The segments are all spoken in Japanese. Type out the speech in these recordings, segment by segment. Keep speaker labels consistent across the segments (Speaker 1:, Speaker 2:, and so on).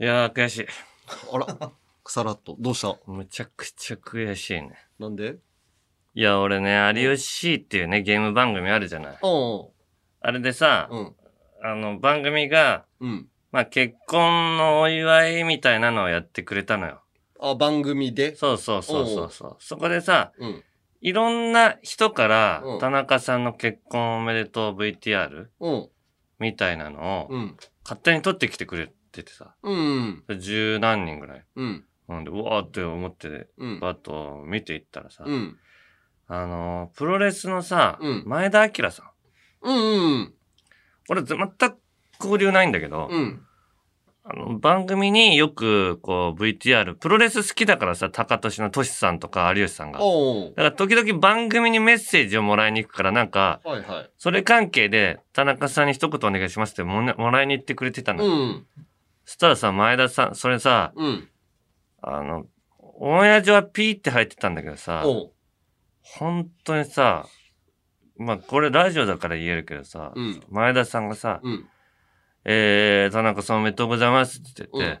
Speaker 1: いやー、悔しい。
Speaker 2: あ ら、さらっと。どうした
Speaker 1: むちゃくちゃ悔しいね。
Speaker 2: なんで
Speaker 1: いや、俺ね、有吉 C っていうね、ゲーム番組あるじゃない。
Speaker 2: うん。
Speaker 1: あれでさ、
Speaker 2: うん。
Speaker 1: あの、番組が、
Speaker 2: うん。
Speaker 1: まあ、結婚のお祝いみたいなのをやってくれたのよ。
Speaker 2: あ、番組で
Speaker 1: そうそうそうそうそう。そこでさ、
Speaker 2: うん。
Speaker 1: いろんな人から
Speaker 2: う、ん
Speaker 1: 田中さんの結婚おめでとう VTR
Speaker 2: うん。
Speaker 1: みたいなのを、
Speaker 2: うん。
Speaker 1: 勝手に撮ってきてくれててさ、
Speaker 2: うん。
Speaker 1: 十何人ぐらい。
Speaker 2: うん。
Speaker 1: なんで、うわーって思って、
Speaker 2: うん。
Speaker 1: バッと見ていったらさ、
Speaker 2: うん。
Speaker 1: あのー、プロレスのさ、
Speaker 2: うん
Speaker 1: 前田明さん。
Speaker 2: うん。
Speaker 1: 俺、全く交流ないんだけど、
Speaker 2: うん。
Speaker 1: あの、番組によく、こう、VTR、プロレス好きだからさ、高俊のトシさんとか有吉さんが。だ
Speaker 2: おう
Speaker 1: から、時々番組にメッセージをもらいに行くから、なんか、
Speaker 2: はいはい。
Speaker 1: それ関係で、田中さんに一言お願いしますってもねもらいに行ってくれてたの。
Speaker 2: うん。
Speaker 1: そしたらさ、前田さん、それさ、
Speaker 2: うん。
Speaker 1: あの、オンエア上はピーって入ってたんだけどさ、
Speaker 2: おう
Speaker 1: 本当にさ、まあ、これラジオだから言えるけどさ、
Speaker 2: うん
Speaker 1: 前田さんがさ、
Speaker 2: うん。
Speaker 1: えー、田中さんおめでとうございますって言って、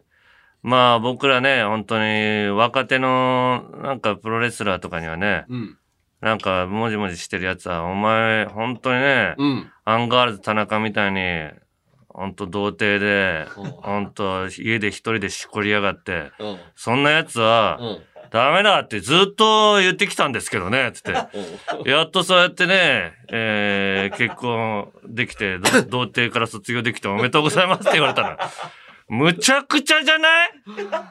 Speaker 2: うん
Speaker 1: まあ僕らね、本当に若手のなんかプロレスラーとかにはね、
Speaker 2: うん。
Speaker 1: なんかもじもじしてるやつは、お前本当にね、
Speaker 2: うん。
Speaker 1: アンガールズ田中みたいに、本当童貞で、
Speaker 2: うん
Speaker 1: 本当家で一人でしこりやがって、
Speaker 2: うん。
Speaker 1: そんなやつは
Speaker 2: うん。
Speaker 1: ダメだってずっと言ってきたんですけどね、つって。 やっとそうやってね、えー結婚できて、ど 童貞から卒業できておめでとうございますって言われたの。むちゃくちゃじゃない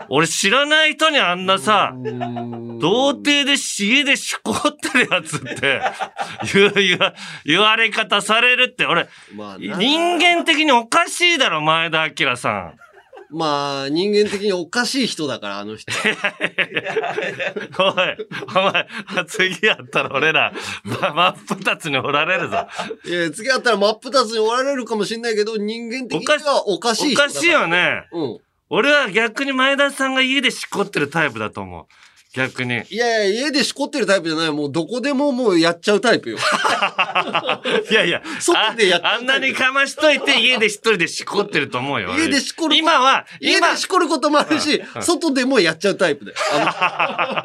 Speaker 1: 俺知らない人にあんなさ、童貞で家でしこってるやつって、言う、 言わ、言われ方されるって、俺、
Speaker 2: まあな、
Speaker 1: 人間的におかしいだろ、前田明さん。
Speaker 2: まあ、人間的におかしい人だから、あの人。
Speaker 1: おい、お前、次やったら俺ら、ま真っ二つにおられるぞ。
Speaker 2: いや、次会ったら真っ二つにおられるかもしれないけど、人間的にはおかし
Speaker 1: お
Speaker 2: い人だ
Speaker 1: からしい。よね。
Speaker 2: うん。
Speaker 1: 俺は逆に前田さんが家でしこってるタイプだと思う。逆に。
Speaker 2: いやいや、家でしこってるタイプじゃない。もうどこでももうやっちゃうタイプよ。
Speaker 1: いやいや、
Speaker 2: 外でやってる
Speaker 1: ああんなにかましといて家で一人でしこってると思うよ。
Speaker 2: 家でしこる
Speaker 1: 今は、
Speaker 2: 家
Speaker 1: 今、
Speaker 2: でしこることもあるし、外でもやっちゃうタイプで。あ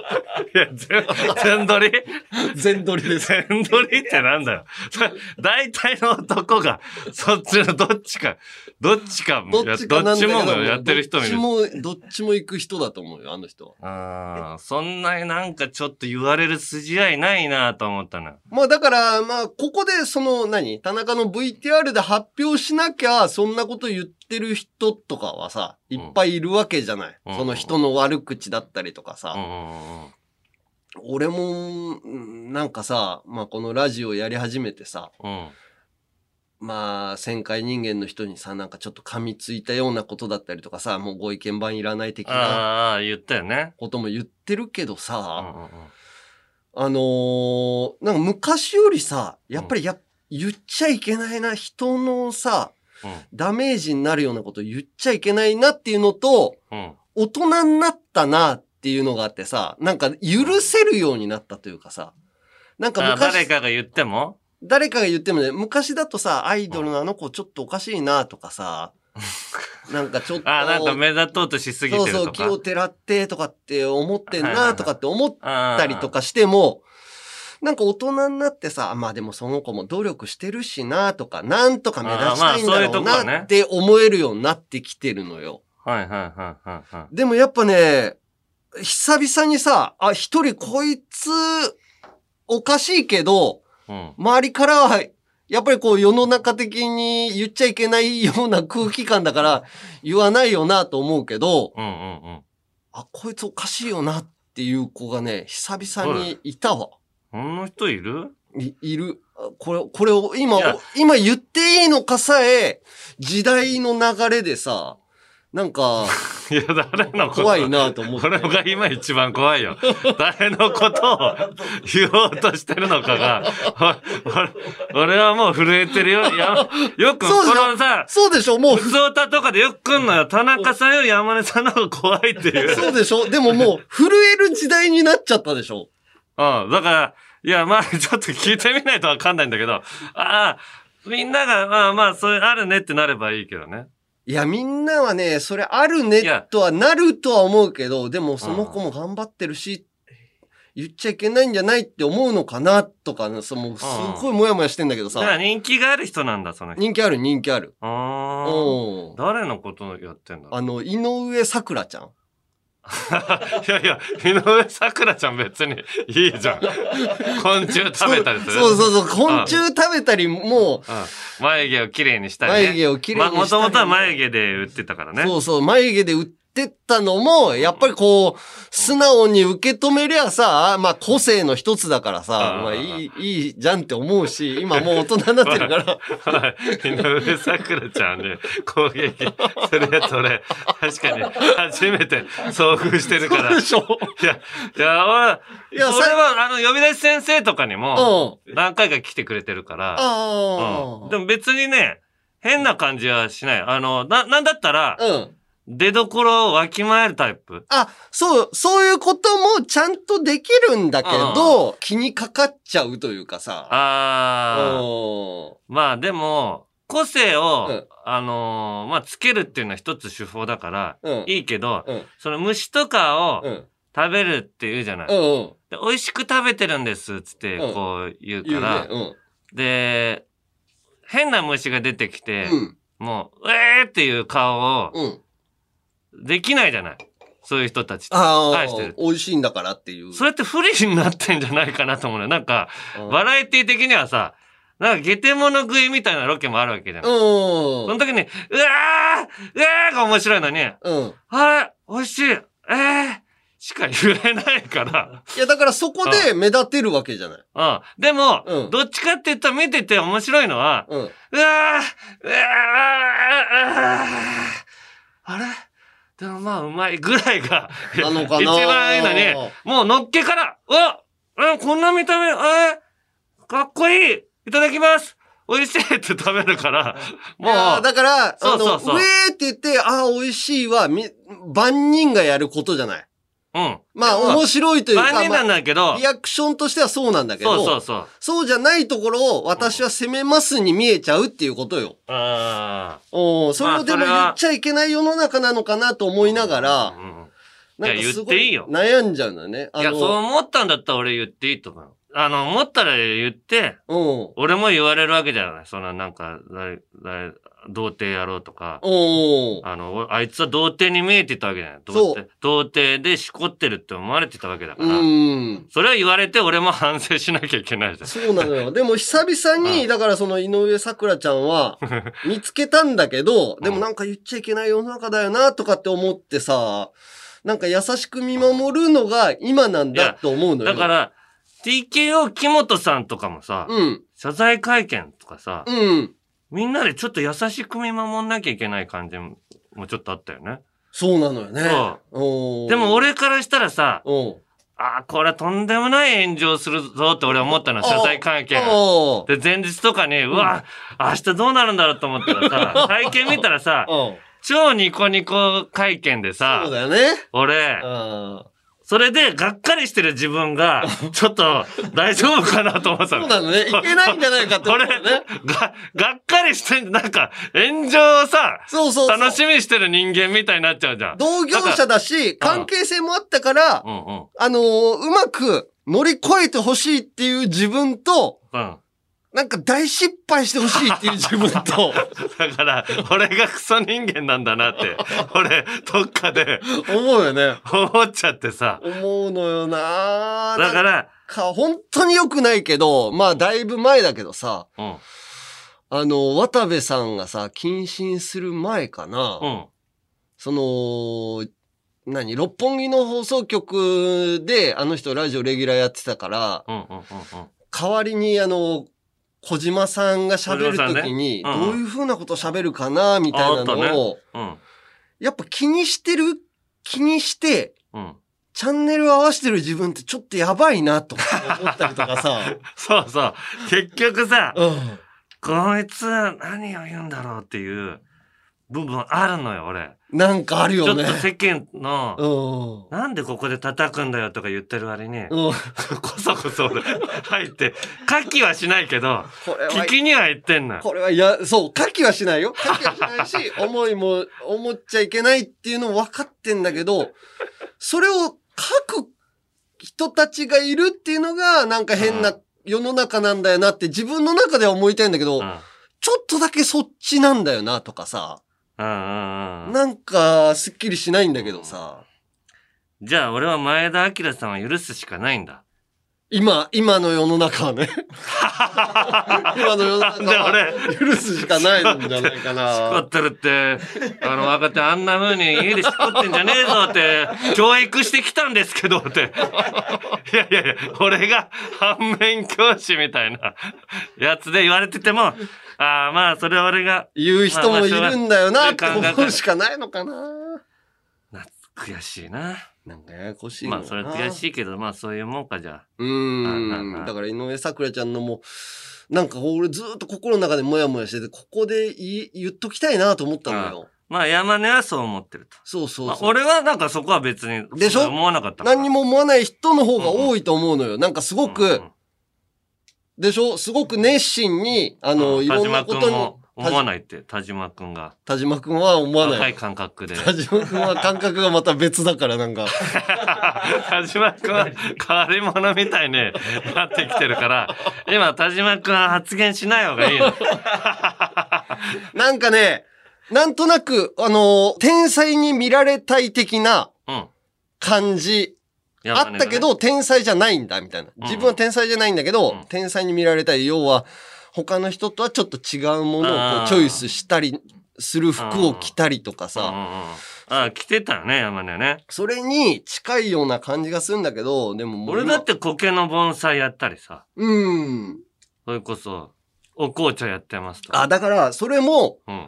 Speaker 1: いや、全全撮り
Speaker 2: の、全撮りで す。
Speaker 1: 全撮りってなんだよ。そ大体の男が、そっちのどっちか、どっちかも、
Speaker 2: どっちかなんだけど
Speaker 1: やどっちもやってる人もいる。
Speaker 2: どっちも、どっちも行く人だと思うよ、あの人は。
Speaker 1: あーそんなになんかちょっと言われる筋合いないなと思ったな。
Speaker 2: まあだから、まあ、ここでその、何田中の VTR で発表しなきゃ、そんなこと言ってる人とかはさ、いっぱいいるわけじゃない。
Speaker 1: うん
Speaker 2: その人の悪口だったりとか
Speaker 1: うんう
Speaker 2: さ。
Speaker 1: んうん
Speaker 2: 俺も、うんなんかさ、まあこのラジオやり始めてさ、
Speaker 1: うん。
Speaker 2: まあ、旋回人間の人にさ、なんかちょっと噛みついたようなことだったりとかさ、もうご意見番いらない的な
Speaker 1: ああ、言ったよね。
Speaker 2: ことも言ってるけど
Speaker 1: うん
Speaker 2: さ、
Speaker 1: うんうん
Speaker 2: あのーなんか昔よりさ、やっぱりや、言っちゃいけないな、人のさ、
Speaker 1: う
Speaker 2: ダメージになるようなこと言っちゃいけないなっていうのと、
Speaker 1: んうん
Speaker 2: 大人になったなっていうのがあってさ、なんか許せるようになったというかさ、なんか
Speaker 1: あ
Speaker 2: 昔、
Speaker 1: 誰かが言っても
Speaker 2: 誰かが言ってもね、昔だとさ、アイドルのあの子ちょっとおかしいなとかさ、なんかちょっと、
Speaker 1: あなんか目立とうとしすぎて
Speaker 2: そ
Speaker 1: る
Speaker 2: う
Speaker 1: とか。
Speaker 2: そう、気をてらってとかって思ってん
Speaker 1: はいはいは
Speaker 2: ないとかって思っ
Speaker 1: あー
Speaker 2: たりと。かしても、なんか大人になってさ、まあでもその子も努力してるしなとか、なんとか目指したいんだろう
Speaker 1: あーまあそういうとこはね
Speaker 2: なって思えるようになってきてるのよ。
Speaker 1: はいはいはいはいはい。
Speaker 2: でもやっぱね、久々にさ、あ、一人こいつ、おかしいけど、
Speaker 1: うん
Speaker 2: 周りからは、やっぱりこう世の中的に言っちゃいけないような空気感だから言わないよなと思うけど、
Speaker 1: うんうんうん。
Speaker 2: あ、こいつおかしいよなっていう子がね、久々にいたわ。
Speaker 1: この人いる
Speaker 2: いいる。あこれ、これを今
Speaker 1: いや、
Speaker 2: 今言っていいのかさえ、時代の流れでさ、なんか、
Speaker 1: いや、誰のこと
Speaker 2: 怖い。な と思っ
Speaker 1: こ。
Speaker 2: て
Speaker 1: れが今一番怖いよ。誰のことを言おうとしてるのかが、 お俺俺はもう震えてるよ。いやよく、こ
Speaker 2: そうでしょ
Speaker 1: のさ、
Speaker 2: そうでしょもう
Speaker 1: 普、通歌とかでよく来んのよ。田中さんより山根さんの方が怖いっていう。
Speaker 2: そうでしょでももう、震える時代になっちゃったでし
Speaker 1: う
Speaker 2: ょ
Speaker 1: ん。だから、いや、まあ、ちょっと聞いてみないとわかんないんだけど、ああ、みんなが、まあまあ、それあるねってなればいいけどね。
Speaker 2: いや、みんなはね、それあるね
Speaker 1: いや
Speaker 2: とはなるとは思うけど、でもその子も頑張ってるし、言っちゃいけないんじゃないって思うのかなとかね、そのすっごいモヤモヤしてんだけど
Speaker 1: だから
Speaker 2: さ、
Speaker 1: 人気がある人なんだ、その人。
Speaker 2: 人気ある人気ある。
Speaker 1: あー
Speaker 2: うん。
Speaker 1: 誰のことをやってんだろう
Speaker 2: あの、井上咲楽ちゃん。
Speaker 1: いやいや、井上咲楽ちゃん別にいいじ ゃん。昆虫食べたりする。
Speaker 2: そうそうそう、昆虫食べたり、も
Speaker 1: うん眉毛をきれいにし
Speaker 2: う、
Speaker 1: たりね。
Speaker 2: 眉毛をきれい
Speaker 1: まあ、
Speaker 2: に
Speaker 1: も
Speaker 2: した
Speaker 1: と
Speaker 2: り
Speaker 1: もとは眉毛で売ってたからね。
Speaker 2: そうそう、眉毛で売ってったのも、やっぱりこう、素直に受け止めりゃさ、まあ個性の一つだからさ
Speaker 1: う、ん
Speaker 2: まあいい、いいじゃんって思うし、今もう大人になって るから、
Speaker 1: はい。井上咲楽ちゃんで攻撃するやつ俺、確かに初めて遭遇してるから。い
Speaker 2: でしょ
Speaker 1: や、いや、俺、
Speaker 2: いやさ
Speaker 1: 俺は、あの、呼び出し先生とかに
Speaker 2: うん。
Speaker 1: も、
Speaker 2: あ
Speaker 1: 何回か来てくれてるから、
Speaker 2: あ
Speaker 1: う
Speaker 2: ー。
Speaker 1: んでも別にね、変な感じはしない。あの、な、なんだったら、
Speaker 2: うん。
Speaker 1: 出所をわきまえるタイプ。
Speaker 2: あ、そう、そういうこともちゃんとできるんだけど、気にかかっちゃうというかさ。
Speaker 1: ああ。
Speaker 2: うん
Speaker 1: まあでも、個性を、
Speaker 2: うん
Speaker 1: あのーまあ、つけるっていうのは一つ手法だから、
Speaker 2: うん。
Speaker 1: いいけど、
Speaker 2: うん
Speaker 1: その虫とかを
Speaker 2: うん。
Speaker 1: 食べるって言うじゃない。
Speaker 2: うん。うん。
Speaker 1: で美味しく食べてるんですっつって
Speaker 2: うん
Speaker 1: こう言う
Speaker 2: 言
Speaker 1: から
Speaker 2: うね。、うん。
Speaker 1: で、変な虫が出てきて、
Speaker 2: うん。
Speaker 1: もう、えーっていう顔を
Speaker 2: うん。
Speaker 1: できないじゃない。そういう人たちって。
Speaker 2: ああ
Speaker 1: 愛してる、
Speaker 2: 美味しいんだからっていう。
Speaker 1: それって不利になってんじゃないかなと思うのよ。なんか、
Speaker 2: うん
Speaker 1: バラエティ的にはさ、なんかゲテモノ食いみたいなロケもあるわけじゃない。その時に、うわーうわーが面白いのに、
Speaker 2: うん。うん。
Speaker 1: あれ美味しいえーしか言えないから。
Speaker 2: いや、だからそこで目立てるわけじゃない。
Speaker 1: うん。でも、
Speaker 2: うん
Speaker 1: どっちかって言ったら見てて面白いのは、
Speaker 2: うん。
Speaker 1: うわーうわーうわーあれでもまあうまいぐらいが、
Speaker 2: なのかな
Speaker 1: 一番いいのに、もうのっけから、わうん、こんな見た目、えーかっこいいいただきます美味しいって食べるから、も
Speaker 2: もう、
Speaker 1: う、
Speaker 2: だから、あ
Speaker 1: そう
Speaker 2: の、
Speaker 1: そうそう
Speaker 2: ウェーって言って、ああ、美味しいは、み、万人がやることじゃない。
Speaker 1: うん。
Speaker 2: まあ、
Speaker 1: でも
Speaker 2: 面白いというか、
Speaker 1: 万人なんだけど、
Speaker 2: まあリアクションとしてはそうなんだけど、
Speaker 1: そう
Speaker 2: そ
Speaker 1: そううそう。
Speaker 2: じゃないところを、私は攻めますに見えちゃうっていうことよ。
Speaker 1: あ
Speaker 2: おーそれ
Speaker 1: ま
Speaker 2: を
Speaker 1: あ
Speaker 2: でも
Speaker 1: それ
Speaker 2: 言
Speaker 1: は
Speaker 2: っちゃいけない世の中なのかなと思いなが
Speaker 1: あ。
Speaker 2: ら
Speaker 1: う、ん
Speaker 2: なんか
Speaker 1: いや
Speaker 2: すご
Speaker 1: 言っていいよ
Speaker 2: 悩んじゃうんだよね。あ
Speaker 1: いや、
Speaker 2: の、
Speaker 1: そう思ったんだったら俺言っていいと思う。あの、思ったら言って、
Speaker 2: うん。
Speaker 1: 俺も言われるわけじゃない。そんな、なんか、誰、誰、童貞やろうとか、
Speaker 2: おー
Speaker 1: あの、おあいつは童貞に見えてたわけじゃない。童貞童貞でしこってるって思われてたわけだか
Speaker 2: う
Speaker 1: ら、
Speaker 2: ん。
Speaker 1: それは言われて俺も反省しなきゃいけないじゃん。
Speaker 2: そうな のよ。でも久々
Speaker 1: う
Speaker 2: に、だからその井上咲楽ちゃ んは見つけたんだけど、
Speaker 1: ん
Speaker 2: でもなんか言っちゃいけない世の中だよなとかって思ってさ、なんか優しく見守るのが今なん
Speaker 1: い
Speaker 2: だ
Speaker 1: や
Speaker 2: と思うのよ。
Speaker 1: だか、ら、TKO 木本さんとかもさ、
Speaker 2: うん、
Speaker 1: 謝罪会見とかさ、
Speaker 2: うん。
Speaker 1: みんなでちょっと優しく見守んなきゃいけない感じももちょっとあったよね。
Speaker 2: そうなのよね。
Speaker 1: そ
Speaker 2: おー
Speaker 1: でも、俺からしたらさ、
Speaker 2: おう
Speaker 1: ああ、これはとんでもない炎上するぞって俺は思ったの、
Speaker 2: あ
Speaker 1: 謝罪会見。
Speaker 2: おー
Speaker 1: で、前日とかに、うわ、明日どうなるんだろうと思ったら さ、会見見たらさ、
Speaker 2: おう
Speaker 1: 超ニコニコ会見で
Speaker 2: そう
Speaker 1: さ、
Speaker 2: だよね。
Speaker 1: 俺、
Speaker 2: あ
Speaker 1: それでがっかりしてる自分が、ちょっと大丈夫かなと思って
Speaker 2: ー
Speaker 1: たの。
Speaker 2: そうなのね。いけないんじゃないかって思う
Speaker 1: 俺、
Speaker 2: よね
Speaker 1: が。、がっかりして、なんか、炎上をさ、
Speaker 2: そうそうそう。
Speaker 1: 楽しみにしてる人間みたいになっちゃうじゃん。
Speaker 2: 同業者だし、
Speaker 1: から
Speaker 2: 関係性もあったから、
Speaker 1: うんうん。
Speaker 2: あのーうまく乗り越えてほしいっていう自分と、
Speaker 1: うん。
Speaker 2: なんか大失敗してほしいっていう自分 と、
Speaker 1: だから、俺がクソ人間なんだなって、俺、どっかで
Speaker 2: 思うよね。
Speaker 1: 思っちゃって さ。
Speaker 2: 思うのよな、
Speaker 1: だからら、
Speaker 2: か本当に良くないけど、まあだいぶ前だけどさ、
Speaker 1: うん、
Speaker 2: あの、渡部さんがさ、謹慎する前かな、
Speaker 1: うん、
Speaker 2: その、何六本木の放送局で、あの人ラジオレギュラーやってたから、
Speaker 1: うん、うん、うん。
Speaker 2: 代わりにあの、小島さんが喋る
Speaker 1: 小島さんね
Speaker 2: ときに、
Speaker 1: うん
Speaker 2: どういう風なこと喋るかな、みたいな
Speaker 1: ああった
Speaker 2: のを、
Speaker 1: うん、
Speaker 2: やっぱ気にしてる、気にして、
Speaker 1: うん。
Speaker 2: チャンネルを合わせてる自分ってちょっとやばいな、と思ったりとか さ。
Speaker 1: そうそう。結局さ、
Speaker 2: うん。
Speaker 1: こいつは何を言うんだろうっていう、部分あるのよ、俺。
Speaker 2: なんかある
Speaker 1: ちょ
Speaker 2: よ
Speaker 1: っと
Speaker 2: ね。
Speaker 1: 世間の、
Speaker 2: うん。
Speaker 1: なんでここで叩くんだよとか言ってる割に、
Speaker 2: うん。
Speaker 1: こそこそ俺入って、書きはしないけど、
Speaker 2: これ
Speaker 1: 聞
Speaker 2: は、
Speaker 1: きには入ってんのよ。
Speaker 2: これは、いや、そう、書きはしないよ。書きはしな いし、思いも、思っちゃいけないっていうの分かってんだけど、それを書く人たちがいるっていうのが、なんか変な世の中なんだよなって自分の中では思いたいんだけど、
Speaker 1: うん
Speaker 2: ちょっとだけそっちなんだよなとかさ、
Speaker 1: うんうんうん。
Speaker 2: なんか、すっきりしないんだけどさ、
Speaker 1: じゃあ俺は前田明さんは許すしかないん だ。
Speaker 2: 今、今の世の中 はね、今の世の中
Speaker 1: じゃあ
Speaker 2: は
Speaker 1: 俺、
Speaker 2: 許すしかないんじゃないか
Speaker 1: しこ
Speaker 2: な
Speaker 1: っ。てるって、あの若手あんな風に家でしこってんじゃねえぞって、教育してきたんですけどって。いやいやいや、俺が反面教師みたいなやつで言われてても、ああまあそれは俺が
Speaker 2: 言う人もいるんだよなって
Speaker 1: まあまあ
Speaker 2: 思うしかないのかな。
Speaker 1: 悔しいな。
Speaker 2: なんかややこしいの
Speaker 1: ま
Speaker 2: か
Speaker 1: あ
Speaker 2: な。
Speaker 1: それは悔しいけど、まあそういうもんかじゃあ。
Speaker 2: う
Speaker 1: あな
Speaker 2: ー
Speaker 1: あ
Speaker 2: ん。
Speaker 1: な
Speaker 2: だから井上咲楽ちゃんのもう、なんか俺ずーっと心の中でモヤモヤしてて、ここで言い言っときたいなと思ったのよ。
Speaker 1: まあ山根はそう思ってると。
Speaker 2: そうそう
Speaker 1: まあ
Speaker 2: そう。
Speaker 1: 俺はなんかそこは別に
Speaker 2: でしょ
Speaker 1: 思わなかったから。
Speaker 2: 何にも思わない人の方が多いと思うのよ。なんかすご
Speaker 1: うんう
Speaker 2: く、
Speaker 1: ん
Speaker 2: でしょすごく熱心に、あの、い
Speaker 1: 田
Speaker 2: ろんな
Speaker 1: 島
Speaker 2: こ
Speaker 1: 君
Speaker 2: とに
Speaker 1: も、思わないって、田島君が。
Speaker 2: 田島くんは思わ
Speaker 1: 高
Speaker 2: ないい。
Speaker 1: 感覚で。
Speaker 2: 田島くんは感覚がまた別だから、なんか。
Speaker 1: 田島君は変わり者みたいになってきてるから、今田島君は発言しない方がいい の。
Speaker 2: なんかね、なんとなく、あの天才に見られたい的な
Speaker 1: うん。
Speaker 2: 感じ
Speaker 1: 山
Speaker 2: あ
Speaker 1: 根がね
Speaker 2: ったけ、ど、天才じゃないんだ、みたいな。
Speaker 1: ん
Speaker 2: 自分は天才じゃないんだけど、
Speaker 1: うん
Speaker 2: 天才に見られたい。要は、他の人とはちょっと違うものを
Speaker 1: あ
Speaker 2: こ
Speaker 1: ー
Speaker 2: うチョイスしたり、する服を着たりとか
Speaker 1: うんうん
Speaker 2: さ、
Speaker 1: うんあ、来てたよね、山根ね。
Speaker 2: それに近いような感じがするんだけど、でももう
Speaker 1: 俺
Speaker 2: 今
Speaker 1: だって苔の盆栽やったりさ、
Speaker 2: うん。
Speaker 1: それこそ、お紅茶やってますとか。
Speaker 2: あ、だから、それも、
Speaker 1: うん。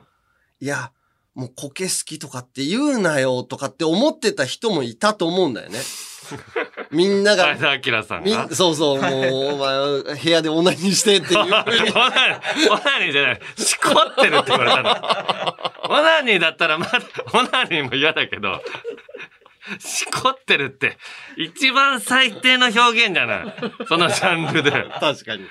Speaker 2: いや、もう苔好きとかって言うなよとかって思ってた人もいたと思うんだ よね。みんなが
Speaker 1: 前、田明さん
Speaker 2: み
Speaker 1: が
Speaker 2: ん。そうそう、もう、お前、部屋でオナニーしてって いう
Speaker 1: オナ
Speaker 2: 風
Speaker 1: ニ
Speaker 2: に
Speaker 1: ー、オナニーじゃない。しこってるって言われたの。オナニーだったらまだ、オナニーも嫌だけど、しこってるって、一番最低の表現じゃない。そのジャンルで。
Speaker 2: 確かに。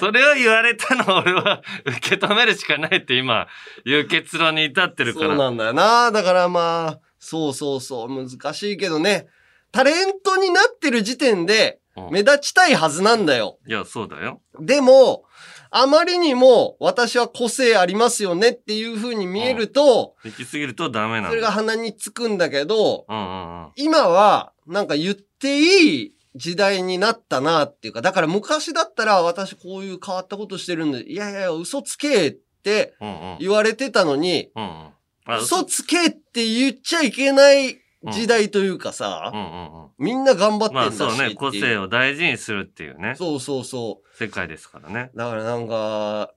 Speaker 1: それを言われたのを俺は受け止めるしかないって今、いう結論に至ってるか
Speaker 2: そう
Speaker 1: ら。
Speaker 2: なんだよな。だからまあ、そうそうそう、難しいけどね。タレントになってる時点で
Speaker 1: うん
Speaker 2: 目立ちたいはずなんだよ。
Speaker 1: いや、そうだよ。
Speaker 2: でも、あまりにも私は個性ありますよねっていう風に見えると、
Speaker 1: 行き過ぎるとダメなんだ。
Speaker 2: それが鼻につくんだけど、
Speaker 1: うんうんうん。
Speaker 2: 今はなんか言っていい時代になったなっていうか、だから昔だったら私こういう変わったことしてるんで、いやいやいや嘘つけって
Speaker 1: うんうん。
Speaker 2: 言われてたのに、
Speaker 1: うんうん。あ
Speaker 2: 嘘つけって言っちゃいけない時代というかさ
Speaker 1: う、んうんうん。
Speaker 2: みんな頑張ってん
Speaker 1: ま
Speaker 2: だ
Speaker 1: あ
Speaker 2: し
Speaker 1: そうね、個性
Speaker 2: を。
Speaker 1: を大事にするっていうね、
Speaker 2: そうそうそ
Speaker 1: 世界ですからね。
Speaker 2: う。だからなんか、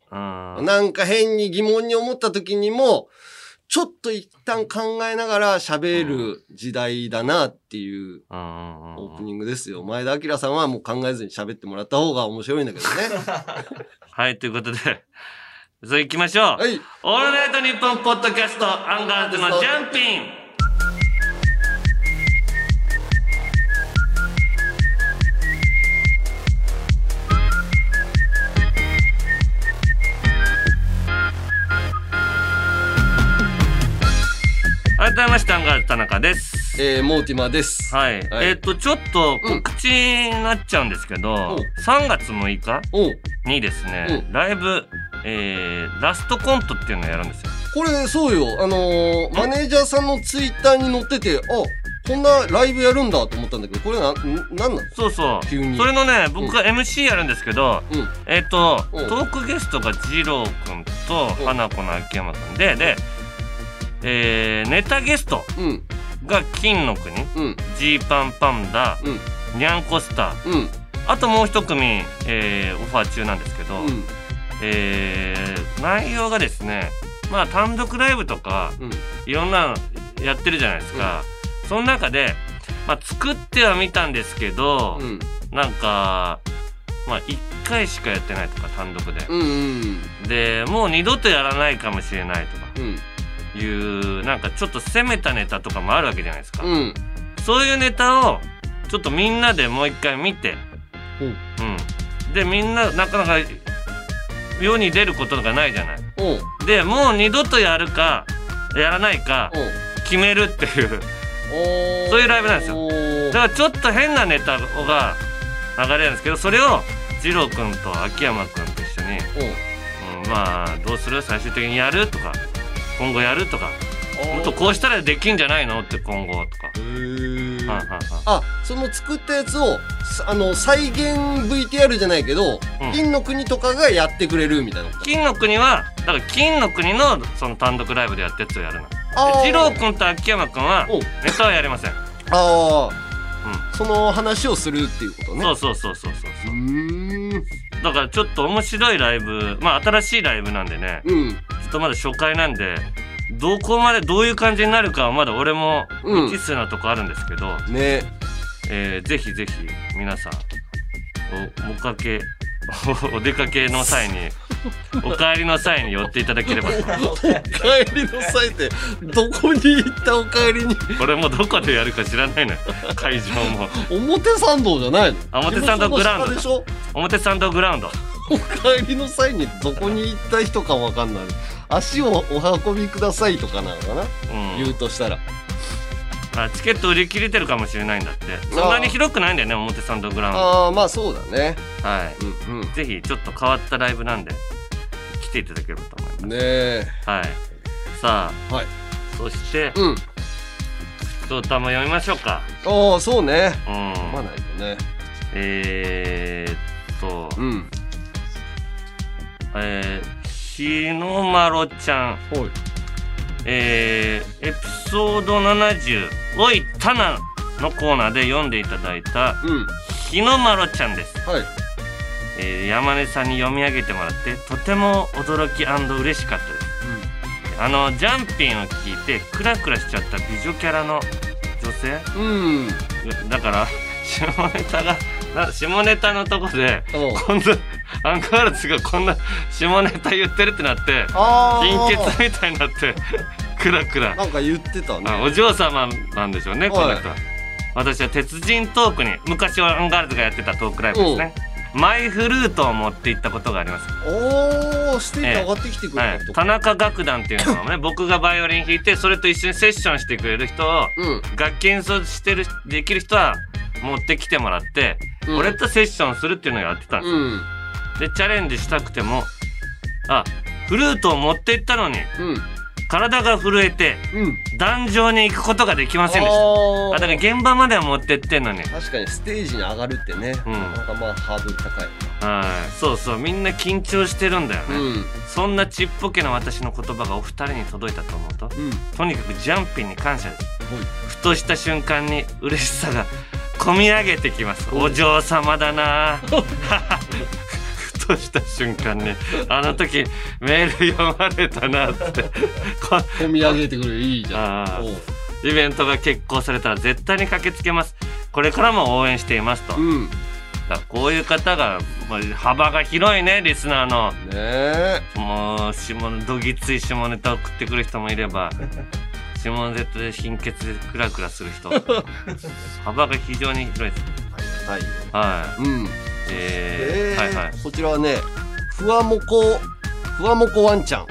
Speaker 1: うん。
Speaker 2: なんか変に疑問に思った時にも、ちょっと一旦考えながら喋る時代だなっていう
Speaker 1: うんうん
Speaker 2: オー
Speaker 1: う
Speaker 2: プ
Speaker 1: んうん
Speaker 2: ニングですよ。前田明さんはもう考えずに喋ってもらった方が面白いんだけど ね。
Speaker 1: はい、ということで、 それ行きましょう。
Speaker 2: はい。
Speaker 1: オールナイトニッポンポッドキャスト、アンガールズのジャンピン改めまして、アンガールズ田中です。
Speaker 2: えー、モーティマーです。
Speaker 1: はい。
Speaker 2: はい
Speaker 1: えっ、と、ちょっと告知になっちゃうんですけど、
Speaker 2: う
Speaker 1: 3月6日
Speaker 2: うん。
Speaker 1: にですね、ライブ、えーラストコントっていうのをやるんですよ。
Speaker 2: これ、そうよ。あのーマネージャーさんのツイッターに載ってて、あ、こんなライブやるんだと思ったんだけど、これな、んなんなの
Speaker 1: そうそう。
Speaker 2: 急に
Speaker 1: それのね、僕が MC やるんですけど、
Speaker 2: うん
Speaker 1: えっ、と、
Speaker 2: うん
Speaker 1: トークゲストが二郎くんと
Speaker 2: うん
Speaker 1: 花子の秋山さんで、で、えーネタゲスト
Speaker 2: うん、
Speaker 1: が金の国、
Speaker 2: うん、
Speaker 1: ジーパンパンダ、
Speaker 2: うん
Speaker 1: ニャンコスター、
Speaker 2: うん、
Speaker 1: あともう一組、えーオファー中なんですけど、
Speaker 2: うん、
Speaker 1: えー内容がですね、まあ単独ライブとか、
Speaker 2: うん、
Speaker 1: いろんなのやってるじゃないですか、その中で、まあ、作ってはみたんですけど、
Speaker 2: うん、
Speaker 1: なんかまあ1回しかやってないとか単独で、
Speaker 2: うん、うん、
Speaker 1: でもう二度とやらないかもしれないとか
Speaker 2: うん、
Speaker 1: いうなんかちょっと攻めたネタとかもあるわけじゃないですか、
Speaker 2: うん。
Speaker 1: そういうネタをちょっとみんなでもう一回見て、
Speaker 2: うん
Speaker 1: うんでみんななかなか世に出ることがないじゃない
Speaker 2: うん。うん。
Speaker 1: でもう二度とやるかやらないか決めるっていう
Speaker 2: おー
Speaker 1: そういうライブなんですよ
Speaker 2: お
Speaker 1: だ
Speaker 2: ー
Speaker 1: からちょっと変なネタが流れるんですけどそれを二郎君と秋山君と一緒に、うん、まあどうする最終的にやるとか今後やるとか
Speaker 2: うん
Speaker 1: もっとこうしたらできんじゃないのって今後とか。
Speaker 2: へー
Speaker 1: はいはいはい
Speaker 2: あその作ったやつをさあの再現 VTR じゃないけど、
Speaker 1: うん
Speaker 2: 金の国とかがやってくれるみたいなこと
Speaker 1: 金の国はだから金の国のその単独ライブでやったやつをやるので
Speaker 2: あー
Speaker 1: 二郎君と秋山君は
Speaker 2: おう
Speaker 1: ネタはやりません、
Speaker 2: あー、その話をするっていうことね
Speaker 1: そうそうそうそうそう
Speaker 2: うーん
Speaker 1: だからちょっと面白いライブまあ新しいライブなんでね
Speaker 2: うん
Speaker 1: ちょっとまだ初回なんでどこまでどういう感じになるかはまだ俺も
Speaker 2: うん
Speaker 1: 未知数なとこあるんですけど、
Speaker 2: ね
Speaker 1: えーぜひぜひ皆さんおおかけお出かけの際 にお帰りの際に寄っていただければと思います
Speaker 2: お帰りの際ってどこに行ったお帰りに
Speaker 1: これもどこでやるか知らないのよ会場も
Speaker 2: 表参道じゃないの
Speaker 1: 表参道グラウンド
Speaker 2: 地元の下でしょ
Speaker 1: 表参道グラウンド
Speaker 2: お帰りの際にどこに行った人かわかんない足をお運びくださいとかなのかな、
Speaker 1: うん
Speaker 2: 言うとしたら
Speaker 1: あチケット売り切れてるかもしれないんだってそんなに広くないんだよね表参道グラウン
Speaker 2: ああまあそうだね
Speaker 1: ドは
Speaker 2: うんうん
Speaker 1: いぜひちょっと変わったライブなんで来ていただければと思います、
Speaker 2: ねえ
Speaker 1: はいさあ、
Speaker 2: はい
Speaker 1: そして
Speaker 2: うん
Speaker 1: 「ドタも読みましょうか
Speaker 2: ああそうね
Speaker 1: うん、
Speaker 2: 飲まないとね
Speaker 1: えー、っと、
Speaker 2: うん
Speaker 1: えー、日の丸ちゃん
Speaker 2: ほい
Speaker 1: えーエピソード70「おいタナ」のコーナーで読んでいただいた
Speaker 2: うん
Speaker 1: 日の丸ちゃんです、
Speaker 2: はい
Speaker 1: えー山根さんに読み上げてもらってとても驚き嬉しかったですあのジャンピンを聞いてクラクラしちゃった美女キャラの女性
Speaker 2: うんうん
Speaker 1: だから下ネタがな下ネタのとこで
Speaker 2: おう
Speaker 1: こんなアンガールズがこんな下ネタ言ってるってなって
Speaker 2: あ
Speaker 1: 貧血
Speaker 2: あ
Speaker 1: みたいになってクラクラ
Speaker 2: なんか言ってた
Speaker 1: あ
Speaker 2: ね
Speaker 1: お嬢様なんでしょうねこ
Speaker 2: は
Speaker 1: の
Speaker 2: い
Speaker 1: 人は私は鉄人トークに昔はアンガールズがやってたトークライブですねマイフルートを持って行ったことがあります、
Speaker 2: おおステー
Speaker 1: え
Speaker 2: ジ
Speaker 1: え
Speaker 2: 上がってきてく
Speaker 1: は
Speaker 2: れ
Speaker 1: い、
Speaker 2: た
Speaker 1: 田
Speaker 2: と
Speaker 1: 中楽団っていうの はね僕がバイオリン弾いてそれと一緒にセッションしてくれる人を
Speaker 2: うん
Speaker 1: 楽器演奏してるできる人は持ってきてもらって、
Speaker 2: うん
Speaker 1: 俺とセッションするっていうのをやってたんですよ、
Speaker 2: うん
Speaker 1: でチャレンジしたくてもあフルートを持って行ったのに
Speaker 2: うん
Speaker 1: 体が震えて
Speaker 2: うん
Speaker 1: 壇上に行くことができませんでした
Speaker 2: あ
Speaker 1: あ
Speaker 2: あ
Speaker 1: だから現場までは持ってってんのに
Speaker 2: 確かにステージに上がるってね
Speaker 1: うん
Speaker 2: なんかまあハードル高い
Speaker 1: はいそうそうみんな緊張してるんだよね、
Speaker 2: ん
Speaker 1: そんなちっぽけな私の言葉がお二人に届いたと思うと
Speaker 2: うん
Speaker 1: とにかくジャンピンに感謝です
Speaker 2: ほい
Speaker 1: ふとした瞬間に嬉しさがこみ上げてきます
Speaker 2: うん
Speaker 1: お嬢様だ なふとした瞬間にあの時メール読まれたなってこ
Speaker 2: 込み上げてくれるいいじゃん
Speaker 1: あ
Speaker 2: おう
Speaker 1: ーイベントが決行されたら絶対に駆けつけますこれからも応援していますと
Speaker 2: うん
Speaker 1: だからこういう方が、まあ、幅が広いねリスナーの
Speaker 2: ねえ
Speaker 1: もう下ネどぎつい下ネタを送ってくる人もいれ ば下ネタで貧血でクラクラする 人幅が非常に広いです
Speaker 2: はい
Speaker 1: はい
Speaker 2: うん
Speaker 1: え
Speaker 2: え
Speaker 1: ー、
Speaker 2: ー
Speaker 1: はいはい
Speaker 2: こちらはねふわもこふわもこワンちゃん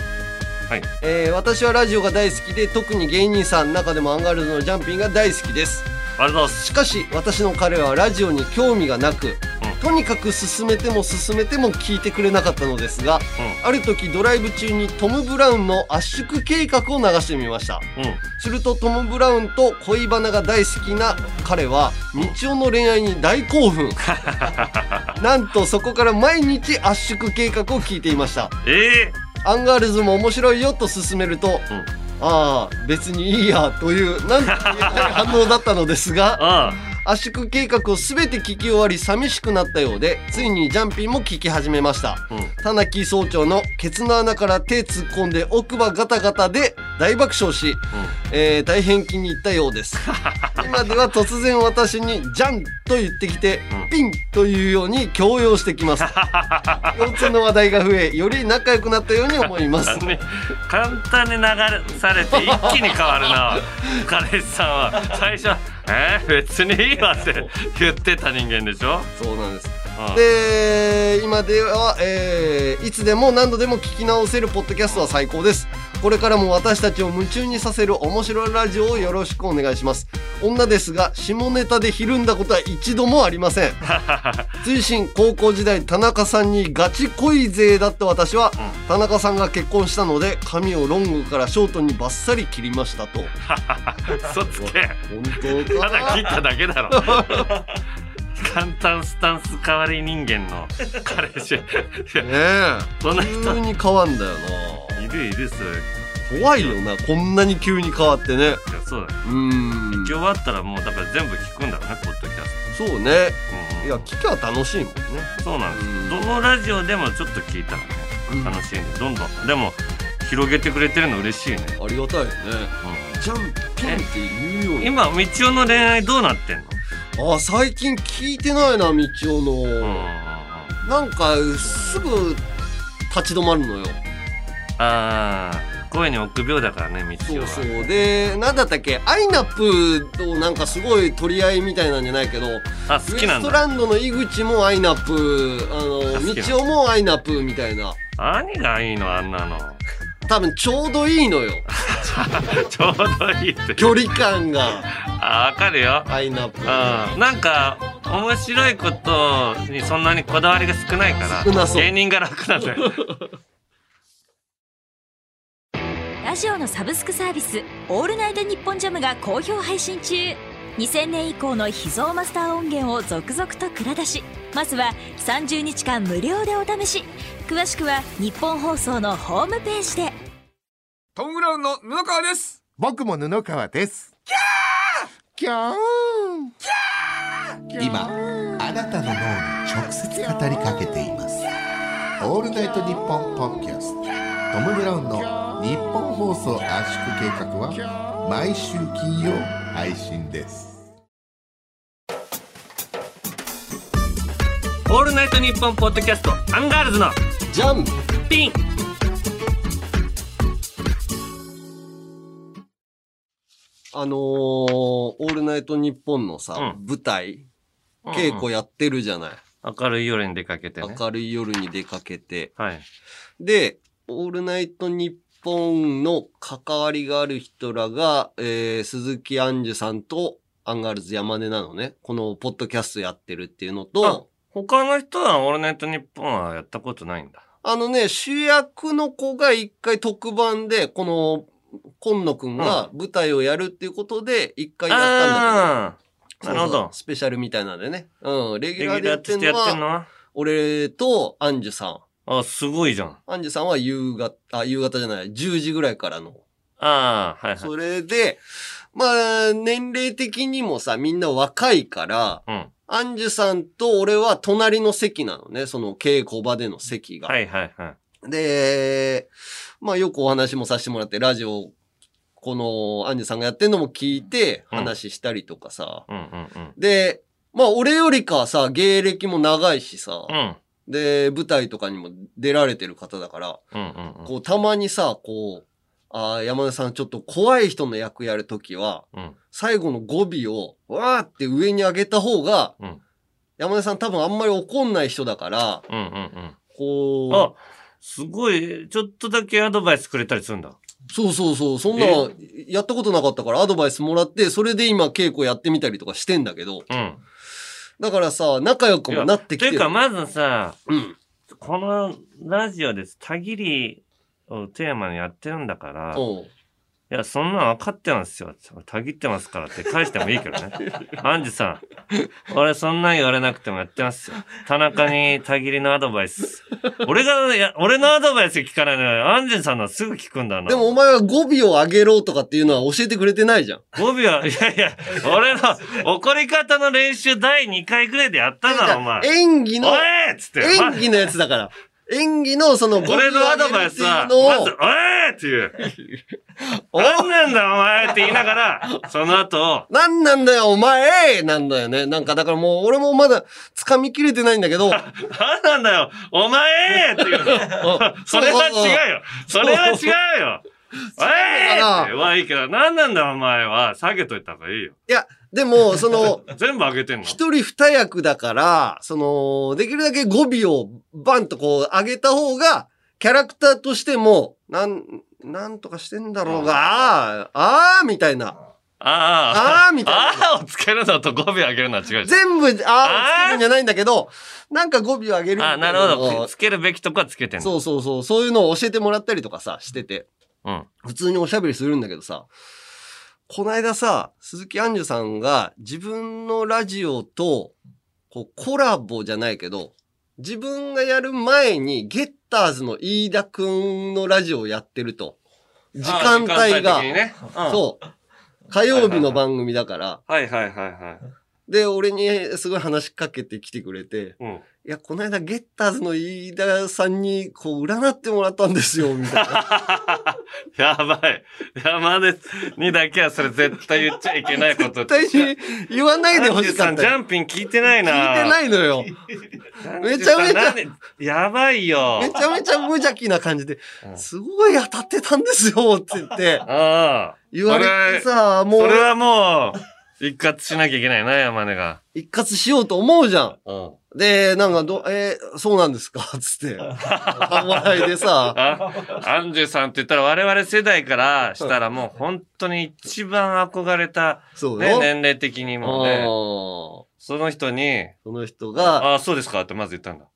Speaker 1: はい
Speaker 2: えー私はラジオが大好きで特に芸人さん中でもアンガールズのジャンピンが大好きです
Speaker 1: ありがとうございます
Speaker 2: しかし私の彼はラジオに興味がなく、とにかく進めても進めても聞いてくれなかったのですが、ある時ドライブ中にトム・ブラウンの圧縮計画を流してみました
Speaker 1: うん
Speaker 2: するとトム・ブラウンと恋バナが大好きな彼は日曜の恋愛に大興奮なんとそこから毎日圧縮計画を聞いていました
Speaker 1: え
Speaker 2: アンガールズも面白いよと勧めると、
Speaker 1: ん
Speaker 2: ああ別にいいやというなんと言えない反応だったのですが
Speaker 1: あ
Speaker 2: 圧縮計画を全て聞き終わり寂しくなったようで、ついにジャンピーも聞き始めました。
Speaker 1: うん
Speaker 2: 田中総長のケツの穴から手突っ込んで奥歯ガタガタで大爆笑し、えー大変気に入ったようです。今では突然私に「ジャン」と言ってきて
Speaker 1: うん
Speaker 2: 「ピン」というように強要してきます共通の話題が増えより仲良くなったように思います
Speaker 1: 簡単に簡単に流れされて一気に変わる な彼氏さんは最初は「えー、別にいいわ」って言ってた人間でしょ、
Speaker 2: そうなんです
Speaker 1: うん
Speaker 2: で今では、えーいつでも何度でも聞き直せるポッドキャストは最高ですこれからも私たちを夢中にさせる面白いラジオをよろしくお願いします女ですが下ネタでひるんだことは一度もあり ません追伸高校時代田中さんにガチ恋勢だった私は、
Speaker 1: ん
Speaker 2: 田中さんが結婚したので髪をロングからショートにバッサリ切りましたと
Speaker 1: 嘘つけ
Speaker 2: 本当
Speaker 1: た
Speaker 2: か
Speaker 1: だ切っただけだろ簡単スタンス代わり人間の彼氏いや
Speaker 2: ね
Speaker 1: そんな
Speaker 2: え
Speaker 1: 人
Speaker 2: 急に変わんだよ
Speaker 1: いるいるそういう
Speaker 2: な怖いよなこんなに急に変わってね
Speaker 1: いやそうだよ
Speaker 2: うーん
Speaker 1: 今日終わったらもうだから全部聞くんだろうねポッドキャス
Speaker 2: そうね
Speaker 1: ト、うん
Speaker 2: いや聞きは楽しいもんね
Speaker 1: そうなんです、
Speaker 2: うん
Speaker 1: どのラジオでもちょっと聞いたらね
Speaker 2: うん
Speaker 1: 楽しいんでどんどんでも広げてくれてるの嬉しいね、
Speaker 2: ありがたいよねジャンピンって言う
Speaker 1: うん、
Speaker 2: よ
Speaker 1: 今みちおの恋愛どうなってんの
Speaker 2: あ最近聞いてないなみちおの、
Speaker 1: うん
Speaker 2: なんかすぐ立ち止まるのよ
Speaker 1: あー声に臆病だからねみち
Speaker 2: そ
Speaker 1: お
Speaker 2: う
Speaker 1: は
Speaker 2: そうでなんだったっけアイナップをなんかすごい取り合いみたいなんじゃないけど
Speaker 1: あ
Speaker 2: ウ
Speaker 1: 好
Speaker 2: エ
Speaker 1: きな
Speaker 2: ス
Speaker 1: ん
Speaker 2: ト
Speaker 1: だ
Speaker 2: ランドの井口もアイナップあ
Speaker 1: あ
Speaker 2: の
Speaker 1: 好きなん
Speaker 2: み
Speaker 1: だ
Speaker 2: ちおもアイナップみたいな
Speaker 1: 何がいいのあんなの
Speaker 2: 多分ちょうどいいのよ
Speaker 1: ちょうどいいって
Speaker 2: 距離感が
Speaker 1: あ分かるよ
Speaker 2: アイナップ
Speaker 1: うんなんか面白いことにそんなにこだわりが少ないか
Speaker 2: 少な
Speaker 1: ら
Speaker 2: そう
Speaker 1: 芸人が楽なんだよ
Speaker 3: ラジオのサブスクサービス「オールナイトニッポンジャム」が好評配信中2000年以降の秘蔵マスター音源を続々と蔵出しまずは30日間無料でお試し詳しくは日本放送のホームページで
Speaker 4: トム・ブラウンの布川です
Speaker 5: 僕も布川です。キャーキャー
Speaker 6: 今あなたの脳に直接語りかけていますオールナイトニッポンポッドキャストトム・ブラウンの日本放送圧縮計画は毎週金曜配信です
Speaker 1: 「オールナイトニッポン」ポッドキャストアンガールズの
Speaker 2: ジャン
Speaker 1: ピン
Speaker 2: あのーオールナイトニッポンのさ、
Speaker 1: う
Speaker 2: 舞台、稽古やってるじゃない。
Speaker 1: 明るい夜に出かけてね。
Speaker 2: 明るい夜に出かけて。
Speaker 1: はい。
Speaker 2: で、オールナイトニッポンの関わりがある人らが、えー、鈴木杏樹さんとアンガールズ山根なのね。このポッドキャストやってるっていうのと、
Speaker 1: 他の人はオールナイトニッポンはやったことないんだ。
Speaker 2: あのね、主役の子が一回特番で、この、今野くんが舞台をやるっていうことで、一回やったんだけど、
Speaker 1: ああー、
Speaker 2: そ
Speaker 1: な
Speaker 2: う
Speaker 1: る
Speaker 2: そう
Speaker 1: ほど。
Speaker 2: スペシャルみたいなんでね。うん。レギ
Speaker 1: レ
Speaker 2: ュ
Speaker 1: ギュラ
Speaker 2: ラーでや
Speaker 1: ー
Speaker 2: っ
Speaker 1: と
Speaker 2: て
Speaker 1: し
Speaker 2: ん
Speaker 1: て
Speaker 2: の
Speaker 1: やってん
Speaker 2: は、
Speaker 1: の
Speaker 2: 俺とアンジュさん。
Speaker 1: あ、すごいじゃん。あ
Speaker 2: アンジュさんは夕方、あ、夕方じゃない、10時ぐらいからの。
Speaker 1: あー、はいはい。
Speaker 2: それで、まあ、年齢的にもさ、みんな若いから、
Speaker 1: うん。
Speaker 2: アンジュさんと俺は隣の席なのね、その稽古場での席が。
Speaker 1: はいはいはい。
Speaker 2: で、まあよくお話もさせてもらって、ラジオ、このアンジュさんがやってんのも聞いて、
Speaker 1: うん
Speaker 2: 話したりとかさ、
Speaker 1: うんうん
Speaker 2: で、まあ俺よりかはさ、芸歴も長いしさ、
Speaker 1: うん。うん。
Speaker 2: で、舞台とかにも出られてる方だから、
Speaker 1: うんうん
Speaker 2: こうたまにさ、こう、あー山田さんちょっと怖い人の役やるときは、
Speaker 1: うん。うん。
Speaker 2: 最後の語尾を、わーって上に上げた方が、
Speaker 1: うん
Speaker 2: 山田さん多分あんまり怒んない人だから、
Speaker 1: うんうんうん。あ
Speaker 2: こ、
Speaker 1: すごい、ちょっとだけアドバイスくれたりするんだ。
Speaker 2: う、そうそうそう、そんなのやったことなかったからアドバイスもらって、それで今稽古やってみたりとかしてんだけど、
Speaker 1: うん。
Speaker 2: だからさ、仲良くもなってき
Speaker 1: と
Speaker 2: て
Speaker 1: い
Speaker 2: る
Speaker 1: う。か、まずさ、
Speaker 2: うん。
Speaker 1: このラジオです。たぎりをテーマにやってるんだから、
Speaker 2: うん。
Speaker 1: いや、そんなん分かってますよ。たぎってますからって返してもいいけ どね。アンジさん、俺そんなん言われなくてもやってますよ。田中にたぎりのアドバイス。俺が、いや俺のアドバイス聞かないのに、アンジさんのはすぐ聞くんだな。
Speaker 2: でもお前は語尾を上げろとかっていうのは教えてくれてないじゃん。
Speaker 1: 語尾は、いやいや、俺の怒り方の練習第2回ぐらいでやっただろ、お前。
Speaker 2: 演技の
Speaker 1: お、えっつって。
Speaker 2: 演技のやつだから。演技のその語尾を
Speaker 1: 俺のアド
Speaker 2: 上げ
Speaker 1: バ
Speaker 2: る
Speaker 1: イ
Speaker 2: って
Speaker 1: ス
Speaker 2: い
Speaker 1: は、
Speaker 2: う
Speaker 1: まず、
Speaker 2: のを、
Speaker 1: おえっていう。 何なんだお前って言いながら、その後、
Speaker 2: なんなんだよお前なんだよね。なんかだからもう俺もまだ掴みきれてないんだ けど、
Speaker 1: 何なんだよお前って いうの。それは違うよそれは違う よおえってはいいけど、何なんだお前は、下げといた方がいいよ。
Speaker 2: いや、でもその、
Speaker 1: 全部上げてんの
Speaker 2: 一人二役だから、その、できるだけ語尾をバンとこう上げた方が、キャラクターとしても、なん、なんとかしてんだろうが、あーあーみたいな。
Speaker 1: ああ、
Speaker 2: あーみたいな
Speaker 1: あーをつけるのと語尾上げるのは違うじゃん。
Speaker 2: 全部、あーをつけるんじゃないんだけど、なんか語尾を上げるみた
Speaker 1: あ
Speaker 2: い
Speaker 1: な
Speaker 2: な
Speaker 1: る
Speaker 2: のを
Speaker 1: ほど。つけるべきとこはつけてんの。
Speaker 2: そうそうそう、そういうのを教えてもらったりとかさ、してて、
Speaker 1: うん。
Speaker 2: 普通におしゃべりするんだけどさ、こないださ、鈴木杏樹さんが自分のラジオと、こう、コラボじゃないけど、自分がやる前に、ゲッターズの飯田くんのラジオをやってると。時間帯
Speaker 1: あー時間
Speaker 2: が、
Speaker 1: 的にね。う
Speaker 2: そう、火曜日の番組だから、
Speaker 1: ん。はいはいはいはい。
Speaker 2: で、俺にすごい話しかけてきてくれて、
Speaker 1: うん。
Speaker 2: いや、この間、ゲッターズの飯田さんに、こう、占ってもらったんですよ、みたいな。
Speaker 1: やばい。山根にだけはそれ絶対言っちゃいけないこと。
Speaker 2: 絶対に言わないでほしか
Speaker 1: さ
Speaker 2: っ
Speaker 1: ん、
Speaker 2: た
Speaker 1: ジャ
Speaker 2: よ。
Speaker 1: ンピン聞いてない
Speaker 2: 聞いて
Speaker 1: な。
Speaker 2: ないのよ。めちゃめちゃ
Speaker 1: アンジュさん。何やばいよ。
Speaker 2: めちゃめちゃ無邪気な感じで
Speaker 1: う、ん
Speaker 2: すごい当たってたんですよ、って言って、
Speaker 1: ああ。
Speaker 2: 言われてさ、も
Speaker 1: そうれ、はもう、一括しなきゃいけないな、山根が。
Speaker 2: 一括しようと思うじゃ
Speaker 1: うん。
Speaker 2: ん。で、なんかど、えーそうなんですか、つって、半笑いでさ、
Speaker 1: あ、アンジュさんって言ったら我々世代からしたらもう本当に一番憧れた、
Speaker 2: そう
Speaker 1: ね、
Speaker 2: よ。
Speaker 1: 年齢的に
Speaker 2: あ
Speaker 1: もね、
Speaker 2: ー
Speaker 1: その人に、
Speaker 2: その人が、
Speaker 1: ああ、そうですかってまず言ったんだ。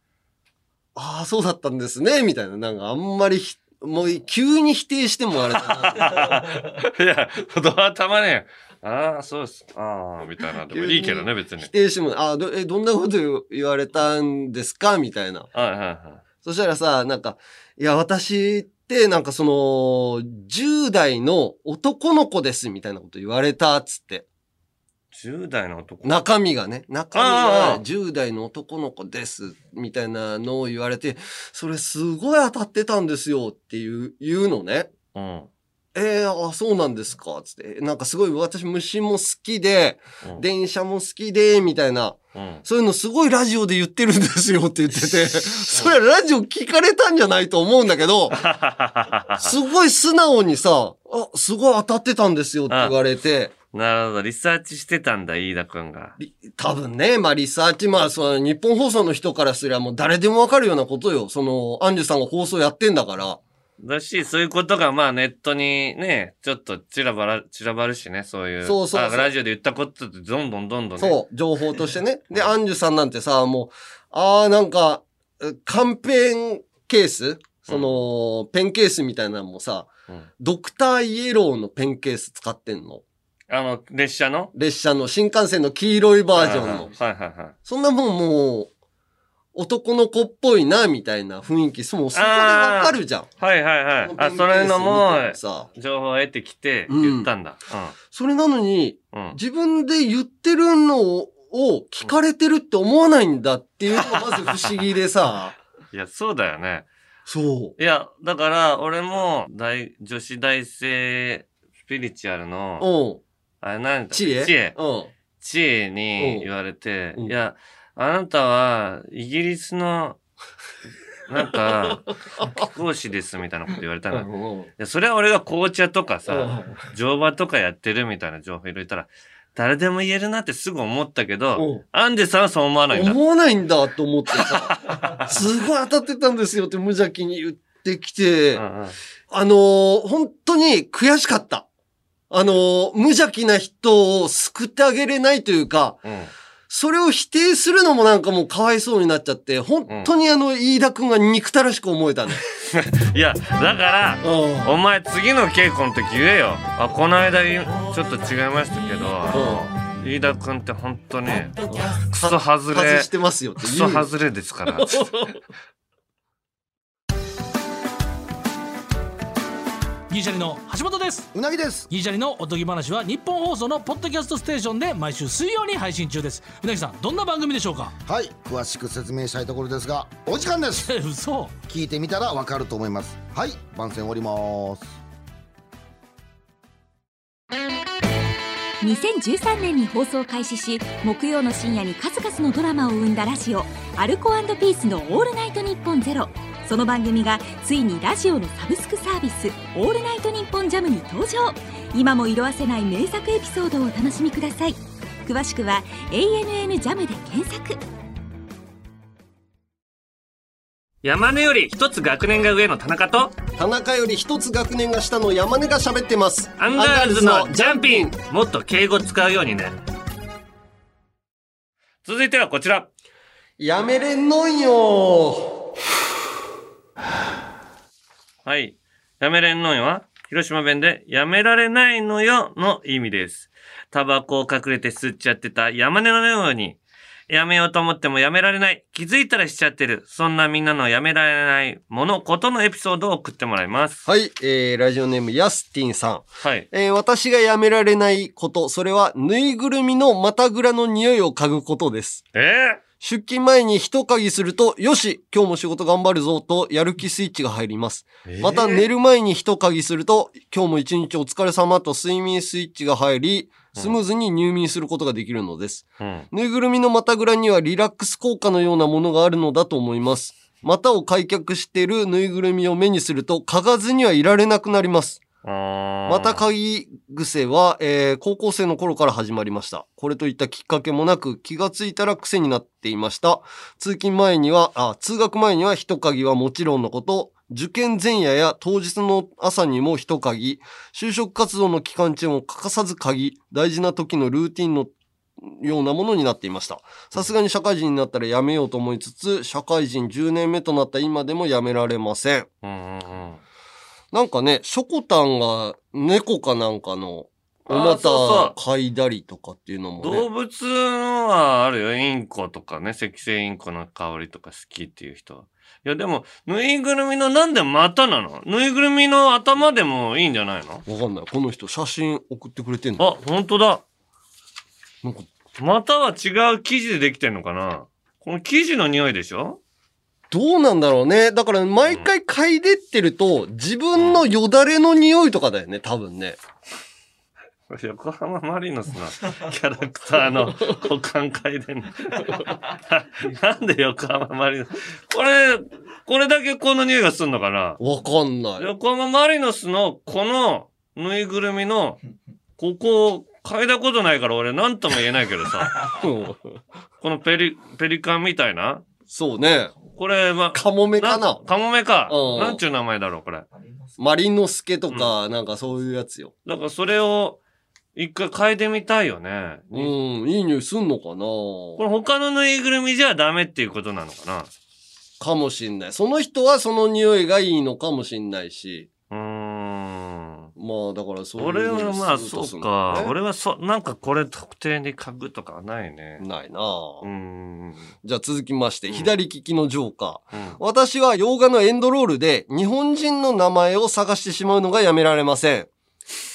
Speaker 2: ああ、そうだったんですね、みたいな。なんかあんまりひ、もう急に否定してもあれだな。
Speaker 1: いや、ドアたまねああ、そうです。ああ、みたいな。でもいいけどね、別に
Speaker 2: 否。定しても、あど、え、どんなこと言われたんですかみたいな。
Speaker 1: はいはいは
Speaker 2: そしたらさ、なんか、いや、私って、なんかその、10代の男の子です、みたいなこと言われた、っつって。
Speaker 1: い。10代の男。
Speaker 2: 中身がね、中
Speaker 1: ああああ
Speaker 2: 身が10代の男の子です、みたいなのを言われて、それすごい当たってたんですよ、っていう、言うのね。
Speaker 1: うん。
Speaker 2: えー、あ、そうなんですか、つって。なんかすごい私虫も好きで、
Speaker 1: うん
Speaker 2: 電車も好きで、みたいな。
Speaker 1: うん。
Speaker 2: そういうのすごいラジオで言ってるんですよって言ってて、それラジオ聞かれたんじゃないと思うんだけど、すごい素直にさ、あ、すごい当たってたんですよって言われて、
Speaker 1: なるほど。リサーチしてたんだ、飯田くんが。
Speaker 2: り多分ね、まあリサーチ、まあその日本放送の人からすりゃもう誰でもわかるようなことよ。その、アンジュさんが放送やってんだから。
Speaker 1: だし、そういうことが、まあ、ネットにね、ちょっと散らばら、散らばるしね、そういう。
Speaker 2: そうそうそう
Speaker 1: あラジオで言ったことって、どんどんどんどんね。
Speaker 2: そう、情報としてね。で、アンジュさんなんてさ、もう、あーなんか、えカンペンケースその、ペンケースみたいなのもさ、
Speaker 1: うん
Speaker 2: ドクターイエローのペンケース使ってんの。
Speaker 1: あの、列車の
Speaker 2: 列車の新幹線の黄色いバージョン
Speaker 1: は
Speaker 2: の
Speaker 1: い。はいはい。
Speaker 2: そんなもんもう、男の子っぽいな、みたいな雰囲気、そもうそこでわかるじゃん。
Speaker 1: はいはいはい。あ、それのもう、
Speaker 2: さ、
Speaker 1: 情報を得てきて、
Speaker 2: うん
Speaker 1: 言ったんだ。
Speaker 2: それなのに、
Speaker 1: うん。うん。
Speaker 2: 自分で言ってるのを聞かれてるって思わないんだっていうのがまず不思議 でさ、
Speaker 1: いや、そうだよね。
Speaker 2: そう。
Speaker 1: いや、だから、俺も、大、女子大生、スピリチュアルの、
Speaker 2: うん。
Speaker 1: あれなんだ
Speaker 2: 知恵
Speaker 1: 知恵。
Speaker 2: うん。
Speaker 1: 知恵に言われて、
Speaker 2: うん
Speaker 1: いや、あなたはイギリスの、 なんか、貴公子ですみたいなこと言われたの。いや、それは俺が紅茶とかさ、乗馬とかやってるみたいな情報入れたら、誰でも言えるなってすぐ思ったけど、
Speaker 2: うん
Speaker 1: アンデさんはそう思わないんだ。
Speaker 2: 思わないんだと思ってさ、すごい当たってたんですよって無邪気に言ってきて、
Speaker 1: うんうん
Speaker 2: あのー本当に悔しかった。あのー無邪気な人を救ってあげれないというか、
Speaker 1: うん
Speaker 2: それを否定するのもなんかもうかわいそうになっちゃって、本当にあの、飯田くんが憎たらしく思えたね。
Speaker 1: いやだから
Speaker 2: うん。
Speaker 1: お前次の稽古の時言えよあこの間いちょっと違いましたけどあの飯田君って本当にクソ外れ
Speaker 2: 外してますよって
Speaker 1: ク
Speaker 2: 言
Speaker 1: ソ
Speaker 2: う。
Speaker 1: 外れですからつって
Speaker 7: 銀シャリの橋本です
Speaker 5: うなぎです
Speaker 7: 銀シャリのおとぎ話は日本放送のポッドキャストステーションで毎週水曜に配信中ですうなぎさんどんな番組でしょうか
Speaker 5: はい詳しく説明したいところですがお時間です
Speaker 7: え嘘
Speaker 5: 聞いてみたらわかると思いますはい番宣終わります
Speaker 3: 2013年に放送開始し木曜の深夜に数々のドラマを生んだラジオ「アルコピースのオールナイトニッポンゼロその番組がついにラジオのサブスクサービス「オールナイトニッポンジャムに登場今も色あせない名作エピソードをお楽しみください詳しくは「ANN ジャムで検索
Speaker 1: 山根より一つ学年が上の田中と
Speaker 2: 田中より一つ学年が下の山根が喋ってます。
Speaker 1: アンガールズのジャンピンもっと敬語使うようにね続いてはこちら
Speaker 2: やめれんのんよ。
Speaker 1: はいやめれんのんは広島弁でやめられないのよの意味ですタバコを隠れて吸っちゃってた山根のようにやめようと思ってもやめられない気づいたらしちゃってるそんなみんなのやめられないものことのエピソードを送ってもらいます
Speaker 2: はい、えー、ラジオネームヤスティンさん。
Speaker 1: はい
Speaker 2: えー私がやめられないこと、それはぬいぐるみのまたぐらの匂いを嗅ぐことです。
Speaker 1: えー
Speaker 2: 出勤前に一嗅ぎすると、よし今日も仕事頑張るぞと、やる気スイッチが入ります。また寝る前に一嗅ぎすると、今日も一日お疲れ様と睡眠スイッチが入り、スムーズに入眠することができるのです。
Speaker 1: うん
Speaker 2: ぬいぐるみの股ぐらにはリラックス効果のようなものがあるのだと思います。股を開脚しているぬいぐるみを目にすると、嗅がずにはいられなくなります。ま
Speaker 1: ま
Speaker 2: た嗅ぎ癖は、えー高校生の頃から始まりました。これといったきっかけもなく、気がついたら癖になっていました。通勤前には、あ、通学前には一嗅ぎはもちろんのこと、受験前夜や当日の朝にも一嗅ぎ、就職活動の期間中も欠かさず嗅ぎ、大事な時のルーティンのようなものになっていました。さすがに社会人になったらやめようと思いつつ、社会人10年目となった今でもやめられません。
Speaker 1: うんうんうん
Speaker 2: なんかね、ショコタンが猫かなんかのお
Speaker 1: あー
Speaker 2: 股
Speaker 1: そう
Speaker 2: 嗅いだりとかっていうのもね。
Speaker 1: 動物のはあるよ。インコとかね、赤星インコの香りとか好きっていう人は。いや、でも、ぬいぐるみのなんで股なのぬいぐるみの頭でもいいんじゃないの
Speaker 2: わかんない。この人写真送ってくれてんの
Speaker 1: あ、ほんとだ。
Speaker 2: なんか
Speaker 1: 股は違う生地でできてんのかなこの生地の匂いでしょ
Speaker 2: どうなんだろうね。だから毎回嗅いでってると、自分のよだれの匂いとかだよね、多分ね。
Speaker 1: 横浜マリノスのキャラクターの股間嗅いでんの。なんで横浜マリノス。これ、これだけこの匂いがすんのかな
Speaker 2: わかんない。
Speaker 1: 横浜マリノスのこのぬいぐるみのここを嗅いだことないから俺何とも言えないけどさ
Speaker 2: うん
Speaker 1: このペリペリカンみたいな
Speaker 2: そうね。
Speaker 1: これは
Speaker 2: カモメかな
Speaker 1: カモメか
Speaker 2: うん
Speaker 1: なんちゅう名前だろうこれ
Speaker 2: マリノスケとか、なんかそういうやつよ。
Speaker 1: だからそれを一回嗅いでみたいよね、
Speaker 2: うん、いい匂いすんのかな
Speaker 1: これ他のぬいぐるみじゃダメっていうことなのか
Speaker 2: かもしんない。その人はその匂いがいいのかもしんないし。
Speaker 1: なうーん
Speaker 2: まあ、だからそういう
Speaker 1: 俺
Speaker 2: のに
Speaker 1: はまあ
Speaker 2: する
Speaker 1: そ
Speaker 2: とす
Speaker 1: う
Speaker 2: るのね
Speaker 1: か俺はそなんかこれ特定に嗅ぐとかはないね
Speaker 2: ないなあ
Speaker 1: うーん
Speaker 2: じゃあ続きまして、
Speaker 1: ん
Speaker 2: 左利きのジョーカー。
Speaker 1: うん
Speaker 2: 私は洋画のエンドロールで日本人の名前を探してしまうのがやめられません。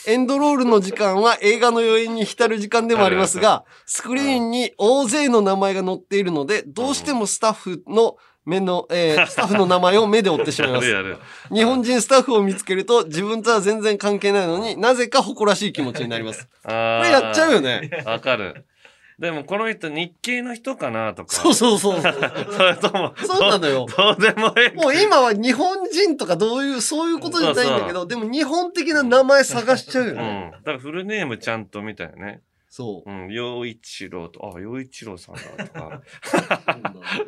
Speaker 2: エンドロールの時間は映画の余韻に浸る時間でもありますが、スクリーンに大勢の名前が載っているので、どうしてもスタッフの目の、えースタッフの名前を目で追ってしまい
Speaker 1: や
Speaker 2: ま
Speaker 1: る
Speaker 2: す。
Speaker 1: やる
Speaker 2: 日本人スタッフを見つけると自分とは全然関係ないのになぜか誇らしい気持ちになります。
Speaker 1: こ
Speaker 2: これやっちゃうよ ね。
Speaker 1: わかる。でもこの人日系の人かなとか。
Speaker 2: そうそうそう。
Speaker 1: それとも。
Speaker 2: そうなのよ
Speaker 1: どうでもいい。
Speaker 2: もう今は日本人とかどういう、そういうことじゃないんだけど、でも日本的な名前探しちゃうよ
Speaker 1: う
Speaker 2: ね。
Speaker 1: ん。だからフルネームちゃんとみたいなね。
Speaker 2: そ
Speaker 1: うん。洋一郎と、あ、洋一郎さんだとか。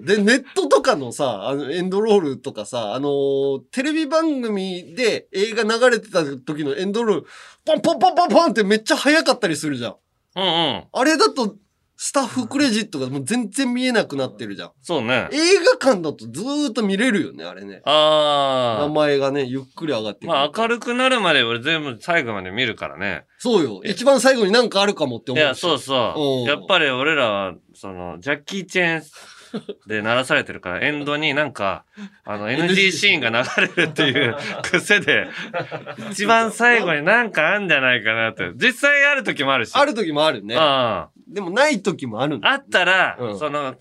Speaker 2: う。で、ネットとかのさ、あの、エンドロールとかさ、あのーテレビ番組で映画流れてた時のエンドロール、ポンポンポンポンポンってめっちゃ早かったりするじゃん。
Speaker 1: うんうん。
Speaker 2: あれだと、スタッフクレジットがもう全然見えなくなってるじゃん。
Speaker 1: そうね。
Speaker 2: 映画館だとずーっと見れるよね、あれね。名
Speaker 1: ああ。
Speaker 2: 前がね、ゆっくり上がってくる。
Speaker 1: まあ明るくなるまで俺全部最後まで見るからね。
Speaker 2: そうよ。一番最後になんかあるかもって
Speaker 1: い
Speaker 2: 思う。
Speaker 1: や、そうそ
Speaker 2: うん
Speaker 1: う。やっぱり俺らは、その、ジャッキー・チェーンで鳴らされてるから、エンドになんか、あ の、NG シーンが流れるっていう癖で、一番最後になんかあんじゃないかなって。実際ある時もあるし。
Speaker 2: ある時もあるね。
Speaker 1: あ
Speaker 2: でもない時もあるんだ。
Speaker 1: あったら、
Speaker 2: うん
Speaker 1: その、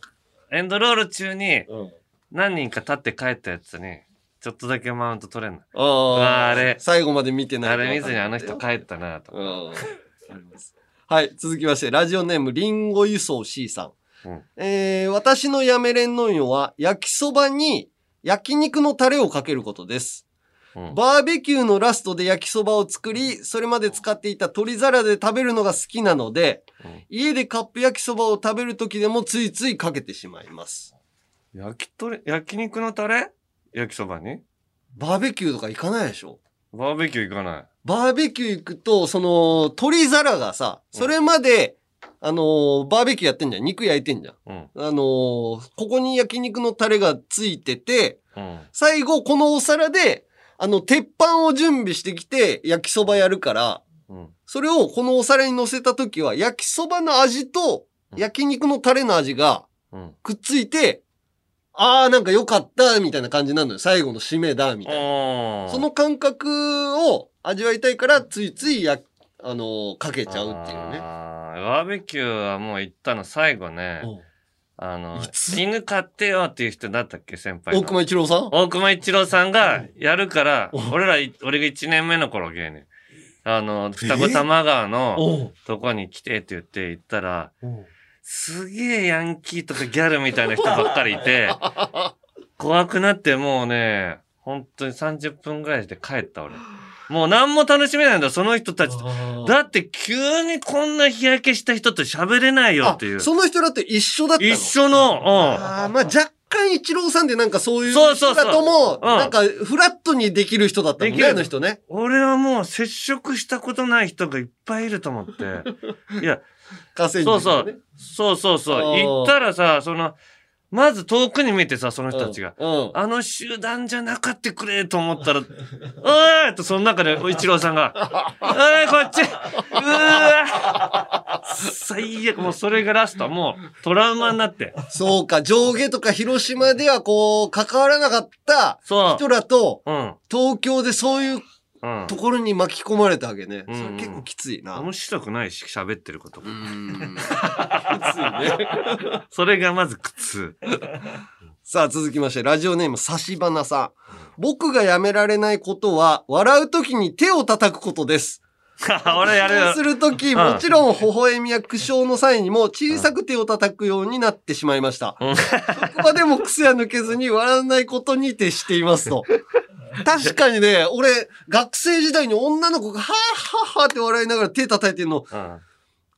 Speaker 1: エンドロール中に
Speaker 2: うん
Speaker 1: 何人か立って帰ったやつに、ちょっとだけマウント取れんの。
Speaker 2: ああ
Speaker 1: ああれ
Speaker 2: 最後まで見てない。
Speaker 1: あれ見ずにあの人帰ったなと。
Speaker 2: うん。はい、続きまして、ラジオネーム、リンゴ輸送 C さん。
Speaker 1: うん
Speaker 2: えー、私のやめれんのんよは、焼きそばに焼肉のタレをかけることで
Speaker 1: う
Speaker 2: す。
Speaker 1: ん
Speaker 2: バーベキューのラストで焼きそばを作り、それまで使っていた鶏皿で食べるのが好きなので、
Speaker 1: うん
Speaker 2: 家でカップ焼きそばを食べるときでもついついかけてしまいます。
Speaker 1: 焼き鳥、焼肉のタレ焼きそばに
Speaker 2: バーベキューとか行かないでしょ
Speaker 1: バーベキュー行かない。
Speaker 2: バーベキュー行くと、その、鶏皿がさ、それまで、あのーバーベキューやってんじゃん。肉焼いてんじゃん。
Speaker 1: うん。
Speaker 2: あのーここに焼肉のタレがついてて、
Speaker 1: うん。
Speaker 2: 最後、このお皿で、あの、鉄板を準備してきて、焼きそばやるから、
Speaker 1: うん。
Speaker 2: それをこのお皿に乗せた時は、焼きそばの味と、
Speaker 1: うん
Speaker 2: 焼肉のタレの味が
Speaker 1: うん。
Speaker 2: くっついて、あーなんか良かった、みたいな感じなのよ。最後の締めだ、みたいな。
Speaker 1: ああ。
Speaker 2: その感覚を味わいたいから、ついついや、あのーかけちゃうっていうね。
Speaker 1: あーバーベキューはもう行ったの最後ね。あの
Speaker 2: い、つ
Speaker 1: 犬飼ってよっていう人だったっけ先輩
Speaker 2: 大
Speaker 1: の。
Speaker 2: 熊一郎さん
Speaker 1: 大熊一郎さんがやるから
Speaker 2: お、
Speaker 1: 俺らい、俺が1年目の頃芸人。あの、二子玉川の
Speaker 2: おう
Speaker 1: とこに来てって言って行ったら、
Speaker 2: おう
Speaker 1: すげえヤンキーとかギャルみたいな人ばっかりい て、怖くなってもうね、本当に30分ぐらいで帰った俺。もう何も楽しめないんだ、その人たちと。だって急にこんな日焼けした人と喋れないよっていう
Speaker 2: あ。その人だって一緒だったの
Speaker 1: 一緒の、うん。
Speaker 2: あーまあ若干一郎さんでなんかそういう
Speaker 1: そうそうそう
Speaker 2: 人だとも、
Speaker 1: ん
Speaker 2: なんかフラットにできる人だったもん
Speaker 1: でき
Speaker 2: ね、
Speaker 1: る
Speaker 2: あの人ね。
Speaker 1: 俺はもう接触したことない人がいっぱいいると思って。 いや、
Speaker 2: 河川敷
Speaker 1: そうそ
Speaker 2: のね
Speaker 1: う。そうそうそう。
Speaker 2: あー
Speaker 1: 行ったらさ、その、まず遠くに見てさ、その人たちが。
Speaker 2: うん。うん
Speaker 1: あの集団じゃなかってくれと思ったら、 おいとその中で、一郎さんが、おいこっちうわ最悪、もうそれがラスト、もうトラウマになって。
Speaker 2: そうか、上下とか広島ではこう、関わらなかった
Speaker 1: そ
Speaker 2: 人らと、
Speaker 1: う。うん。
Speaker 2: 東京でそういう
Speaker 1: うん
Speaker 2: と。ころに巻き込まれたわけね。そ
Speaker 1: うん
Speaker 2: れ結構きついな。
Speaker 1: 面白くないし、喋ってることが
Speaker 2: う。ん
Speaker 1: それがまず苦痛。
Speaker 2: さあ続きまして、ラジオネーム、さしばなさん。僕がやめられないことは、笑うときに手を叩くことです。
Speaker 1: 俺やる
Speaker 2: そう
Speaker 1: よ
Speaker 2: す。るとき、
Speaker 1: うん
Speaker 2: もちろん、微笑みや苦笑の際にも、小さく手を叩くようになってしまいました。
Speaker 1: うん
Speaker 2: 職場でも癖は抜けずに、笑わないことに徹していますと。確かにね、俺、学生時代に女の子が、はぁはぁはぁって笑いながら手叩いてるの、
Speaker 1: うん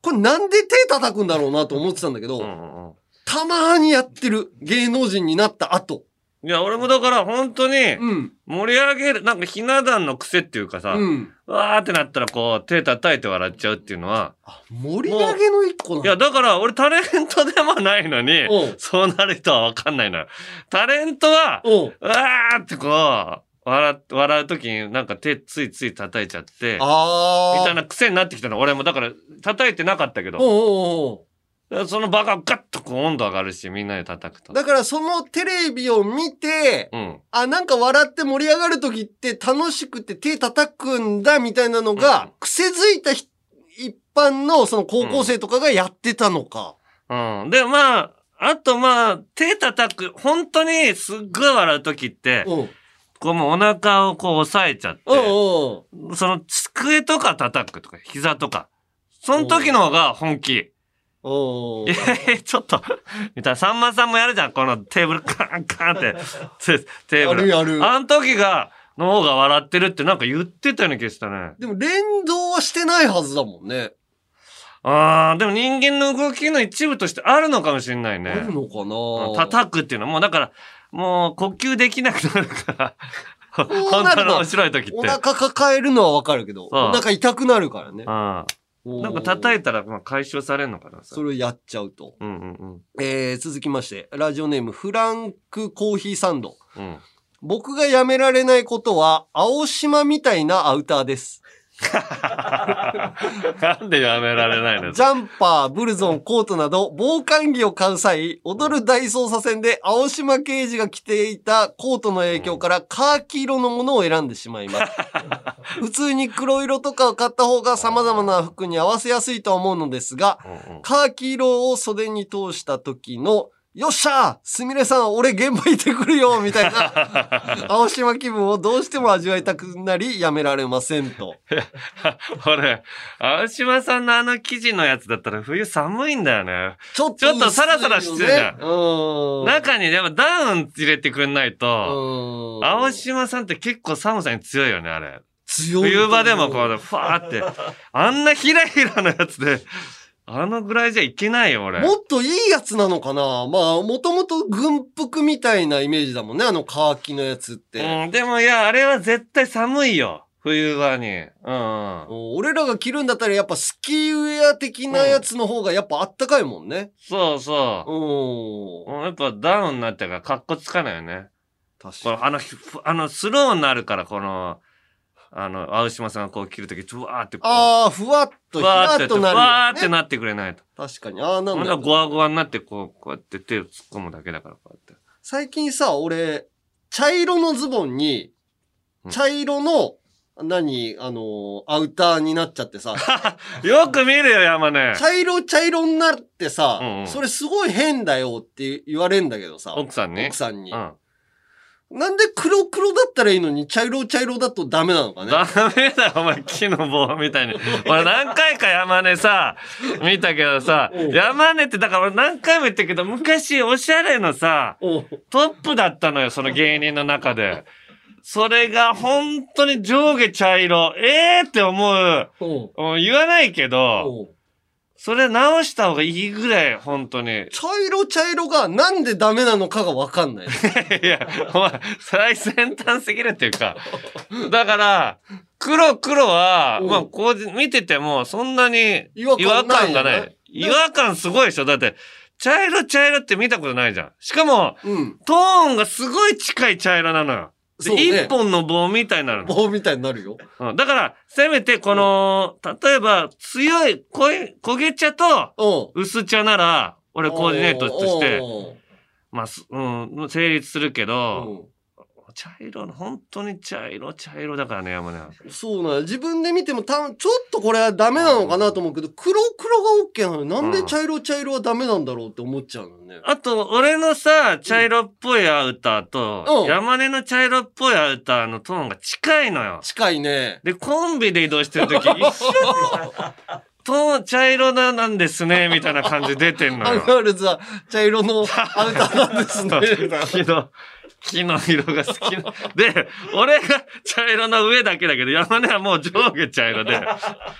Speaker 2: これなんで手叩くんだろうなと思ってたんだけど、
Speaker 1: うんうんうん
Speaker 2: たまーにやってる。芸能人になった後。
Speaker 1: いや、俺もだから本当に
Speaker 2: うん。
Speaker 1: 盛り上げる、なんかひな壇の癖っていうかさ、
Speaker 2: うん。
Speaker 1: わーってなったらこう手叩いて笑っちゃうっていうのは、
Speaker 2: 盛り上げの一個
Speaker 1: いや、
Speaker 2: なの。
Speaker 1: だから俺タレントでもないのに、
Speaker 2: うん
Speaker 1: そうなる人はわかんないのよ。タレントは、
Speaker 2: うん。
Speaker 1: わーってこう、笑っ、笑うときになんか手ついつい叩いちゃって、み
Speaker 2: あ
Speaker 1: た
Speaker 2: ー
Speaker 1: い。な癖になってきたの。俺もだから叩いてなかったけ
Speaker 2: う
Speaker 1: ど、
Speaker 2: んうんうん
Speaker 1: その場がガッとこう温度上がるし、みんなで叩くと。
Speaker 2: だからそのテレビを見て、
Speaker 1: うん。
Speaker 2: あ、なんか笑って盛り上がる時って楽しくて手叩くんだみたいな
Speaker 1: う
Speaker 2: のが
Speaker 1: ん、
Speaker 2: 癖づいたひ一般のその高校生とかがやってたのか。
Speaker 1: うん。で、まあ、あとまあ、手叩く、本当にすっごい笑うときって、
Speaker 2: うん。うん
Speaker 1: こうもうお腹をこう押さえちゃって、
Speaker 2: うん。
Speaker 1: その机とか叩くとか、膝とか。その時の方が本気。
Speaker 2: うん
Speaker 1: えー、ちょっと、みたいな。さんまさんもやるじゃん。このテーブルカン カンって、テテー
Speaker 2: あ
Speaker 1: ブ
Speaker 2: る
Speaker 1: ル。
Speaker 2: ある。
Speaker 1: あの時が、の方が笑ってるってなんか言ってたような気がしたね。
Speaker 2: でも連動はしてないはずだもんね。
Speaker 1: あー、でも人間の動きの一部としてあるのかもしれないね。
Speaker 2: あるのかな
Speaker 1: 叩くっていうのはもうだからもう呼吸できなくなるから
Speaker 2: うなるの
Speaker 1: 本当の面白い時って
Speaker 2: お腹抱えるのはわかるけど、
Speaker 1: うん
Speaker 2: お腹痛くなるからね。
Speaker 1: うんなんか
Speaker 2: い
Speaker 1: 叩いたらまあ解消されるのかな
Speaker 2: それをやっちゃうと。
Speaker 1: うんうんうん
Speaker 2: えー、続きまして、ラジオネーム、フランクコーヒーサンド。
Speaker 1: うん。
Speaker 2: 僕がやめられないことは、青島みたいなアウターです。
Speaker 1: なんでやめられないの
Speaker 2: ジャンパー、ブルゾン、コートなど、防寒着を買う際、踊る大捜査線で青島刑事が着ていたコートの影響から、カーキ色のものを選んでしまい ます。普通に黒色とかを買った方が様々な服に合わせやすいとは思うのですが、
Speaker 1: うんうん
Speaker 2: カーキ色を袖に通した時の、よっしゃーすみれさん、俺現場行ってくるよみたいな、 青島気分をどうしても味わいたくなり、やめられませんと。
Speaker 1: 俺、青島さんのあの記事のやつだったら冬寒いんだよね。
Speaker 2: ちょっ
Speaker 1: ちょっとサラサラしてるじゃん
Speaker 2: 薄いよね
Speaker 1: 中にでもダウン入れてくんないと、
Speaker 2: うん。うん。
Speaker 1: 青島さんって結構寒さに強いよね、あれ。
Speaker 2: 強い
Speaker 1: 冬場でもこう、ファーって。あんなひらひらのやつで、あのぐらいじゃいけないよ、俺。
Speaker 2: もっといいやつなのかなまあ、もともと軍服みたいなイメージだもんね、あのカーキのやつって。
Speaker 1: うん、でもいや、あれは絶対寒いよ。冬場に。うんうん。
Speaker 2: 俺らが着るんだったらやっぱスキーウェア的なやつの方がやっぱあったかいもんね。
Speaker 1: そうそう
Speaker 2: う。ん。
Speaker 1: うんやっぱダウンになっちゃうから、かっこつかないよね。
Speaker 2: 確
Speaker 1: こ
Speaker 2: かに。
Speaker 1: のあの、ひあの、スローになるから、この、あの、青島さんがこう切るとき、ふわーってこう、
Speaker 2: ああ、ふわっと、
Speaker 1: ふ
Speaker 2: ひら
Speaker 1: わー
Speaker 2: っ
Speaker 1: ってやって、
Speaker 2: と
Speaker 1: ふ
Speaker 2: なる
Speaker 1: わ
Speaker 2: や
Speaker 1: ーっ
Speaker 2: つ
Speaker 1: て
Speaker 2: ね、
Speaker 1: なってくれないと。
Speaker 2: 確かに。ああ、なん
Speaker 1: ほんなら
Speaker 2: だよ
Speaker 1: ゴワゴワになって、こう、こうやって手を突っ込むだけだから、こうやって。
Speaker 2: 最近さ、俺、茶色のズボンに
Speaker 1: う、ん
Speaker 2: 茶色の、何、あのーアウターになっちゃって さ、
Speaker 1: よく見るよ、山根。
Speaker 2: 茶色茶色になってさ、
Speaker 1: うんうん
Speaker 2: それすごい変だよって言われんだけどさ、
Speaker 1: 奥さんに。
Speaker 2: 奥さんに。
Speaker 1: うん。
Speaker 2: なんで黒黒だったらいいのに、茶色茶色だとダメなのかね。
Speaker 1: ダメだよ、お前、木の棒みたいに。俺何回か山根さ、見たけどさ、山根って、だから俺何回も言ったけど、昔おしゃれのさ、
Speaker 2: おう
Speaker 1: トップだったのよ、その芸人の中で。それが本当に上下茶色、えーって思う。
Speaker 2: おう
Speaker 1: うん言わないけど、
Speaker 2: おう
Speaker 1: それ直した方がいいぐらい、本当に。
Speaker 2: 茶色茶色がなんでダメなのかがわか んない。
Speaker 1: いや、お前、最先端すぎるっていうか。だから、黒黒は、
Speaker 2: うん
Speaker 1: まあ、こう見てても、そんなに
Speaker 2: 違
Speaker 1: 違
Speaker 2: 和
Speaker 1: 和
Speaker 2: 感ない
Speaker 1: 感
Speaker 2: よね
Speaker 1: がない。違和感すごいでしょだって、茶色茶色って見たことないじゃん。しかも、
Speaker 2: うん。
Speaker 1: トーンがすごい近い茶色なのよ。で
Speaker 2: そうね
Speaker 1: 一本の棒みたいになるの。
Speaker 2: 棒みたいになるよ。
Speaker 1: うんだから、せめてこの、例えば、強い、濃い、焦げ茶と
Speaker 2: うん。
Speaker 1: 薄茶なら、俺コーディネートとして
Speaker 2: お、う
Speaker 1: まあ、すうん、成立するけ
Speaker 2: おう
Speaker 1: ど、
Speaker 2: うん
Speaker 1: 茶色の、本当に茶色、茶色だからね、山根は。
Speaker 2: そうなんや自分で見てもたちょっとこれはダメなのかなと思うけど、黒黒が OK なのになんで茶色茶色はダメなんだろうって思っちゃうのね。
Speaker 1: あと、俺のさ、茶色っぽいアウター
Speaker 2: うんう
Speaker 1: と
Speaker 2: ん、
Speaker 1: 山根の茶色っぽいアウターのトーンが近いのよ。
Speaker 2: 近いね。
Speaker 1: で、コンビで移動してる とき、一緒の、トーン、茶色ななんですね、みたいな感じ出てんの
Speaker 2: ア ン
Speaker 1: よ。
Speaker 2: ガールズは茶色のアウターなん ですね。
Speaker 1: 木の、木の色が好き な。で、俺が茶色の上だけだけど、山根はもう上下茶色で、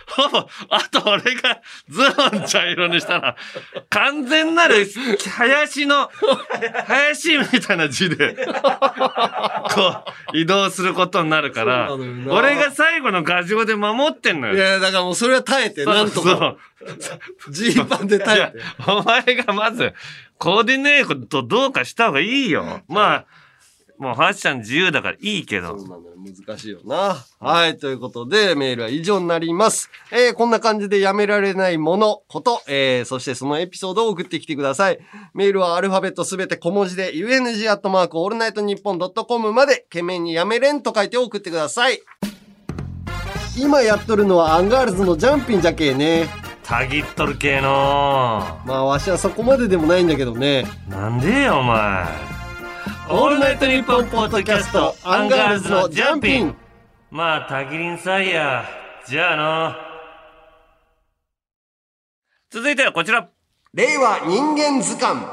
Speaker 1: ほぼ、あと俺がズボン茶色にしたら、完全なる林の、林みたいな字で、こう、移動することになるから、
Speaker 2: そうなのよな
Speaker 1: 俺が最後の画像で守ってんの
Speaker 2: い
Speaker 1: よ。
Speaker 2: や、だからもうそれは耐えて、なんとか。
Speaker 1: そう
Speaker 2: ジーパンで
Speaker 1: い
Speaker 2: 耐え
Speaker 1: や
Speaker 2: て。、
Speaker 1: お前がまず、コーディネートとどうかした方がいいよ。まあ、もうファッション自由だからいいけ
Speaker 2: そう
Speaker 1: ど。
Speaker 2: なんだよ難しいよな。はい、ということで、メールは以上になります。えーこんな感じでやめられないもの、こと、えーそしてそのエピソードを送ってきてください。メールはアルファベットすべて小文字で、UNG アットマークオールナイトニッポンドットコムまで、懸命にやめれんと書いて送ってください。今やっとるのはアンガールズのジャンピンじゃけえね。
Speaker 1: たぎっとる系の
Speaker 2: まあ、わしはそこまででもないんだけどね。
Speaker 1: なんでよ、お前。オールナイトニッポンポッドキャスト、アンガールズのジャンピン。。まあ、たぎりんさいや。じゃあの。続いてはこちら。
Speaker 2: 令和人間図鑑。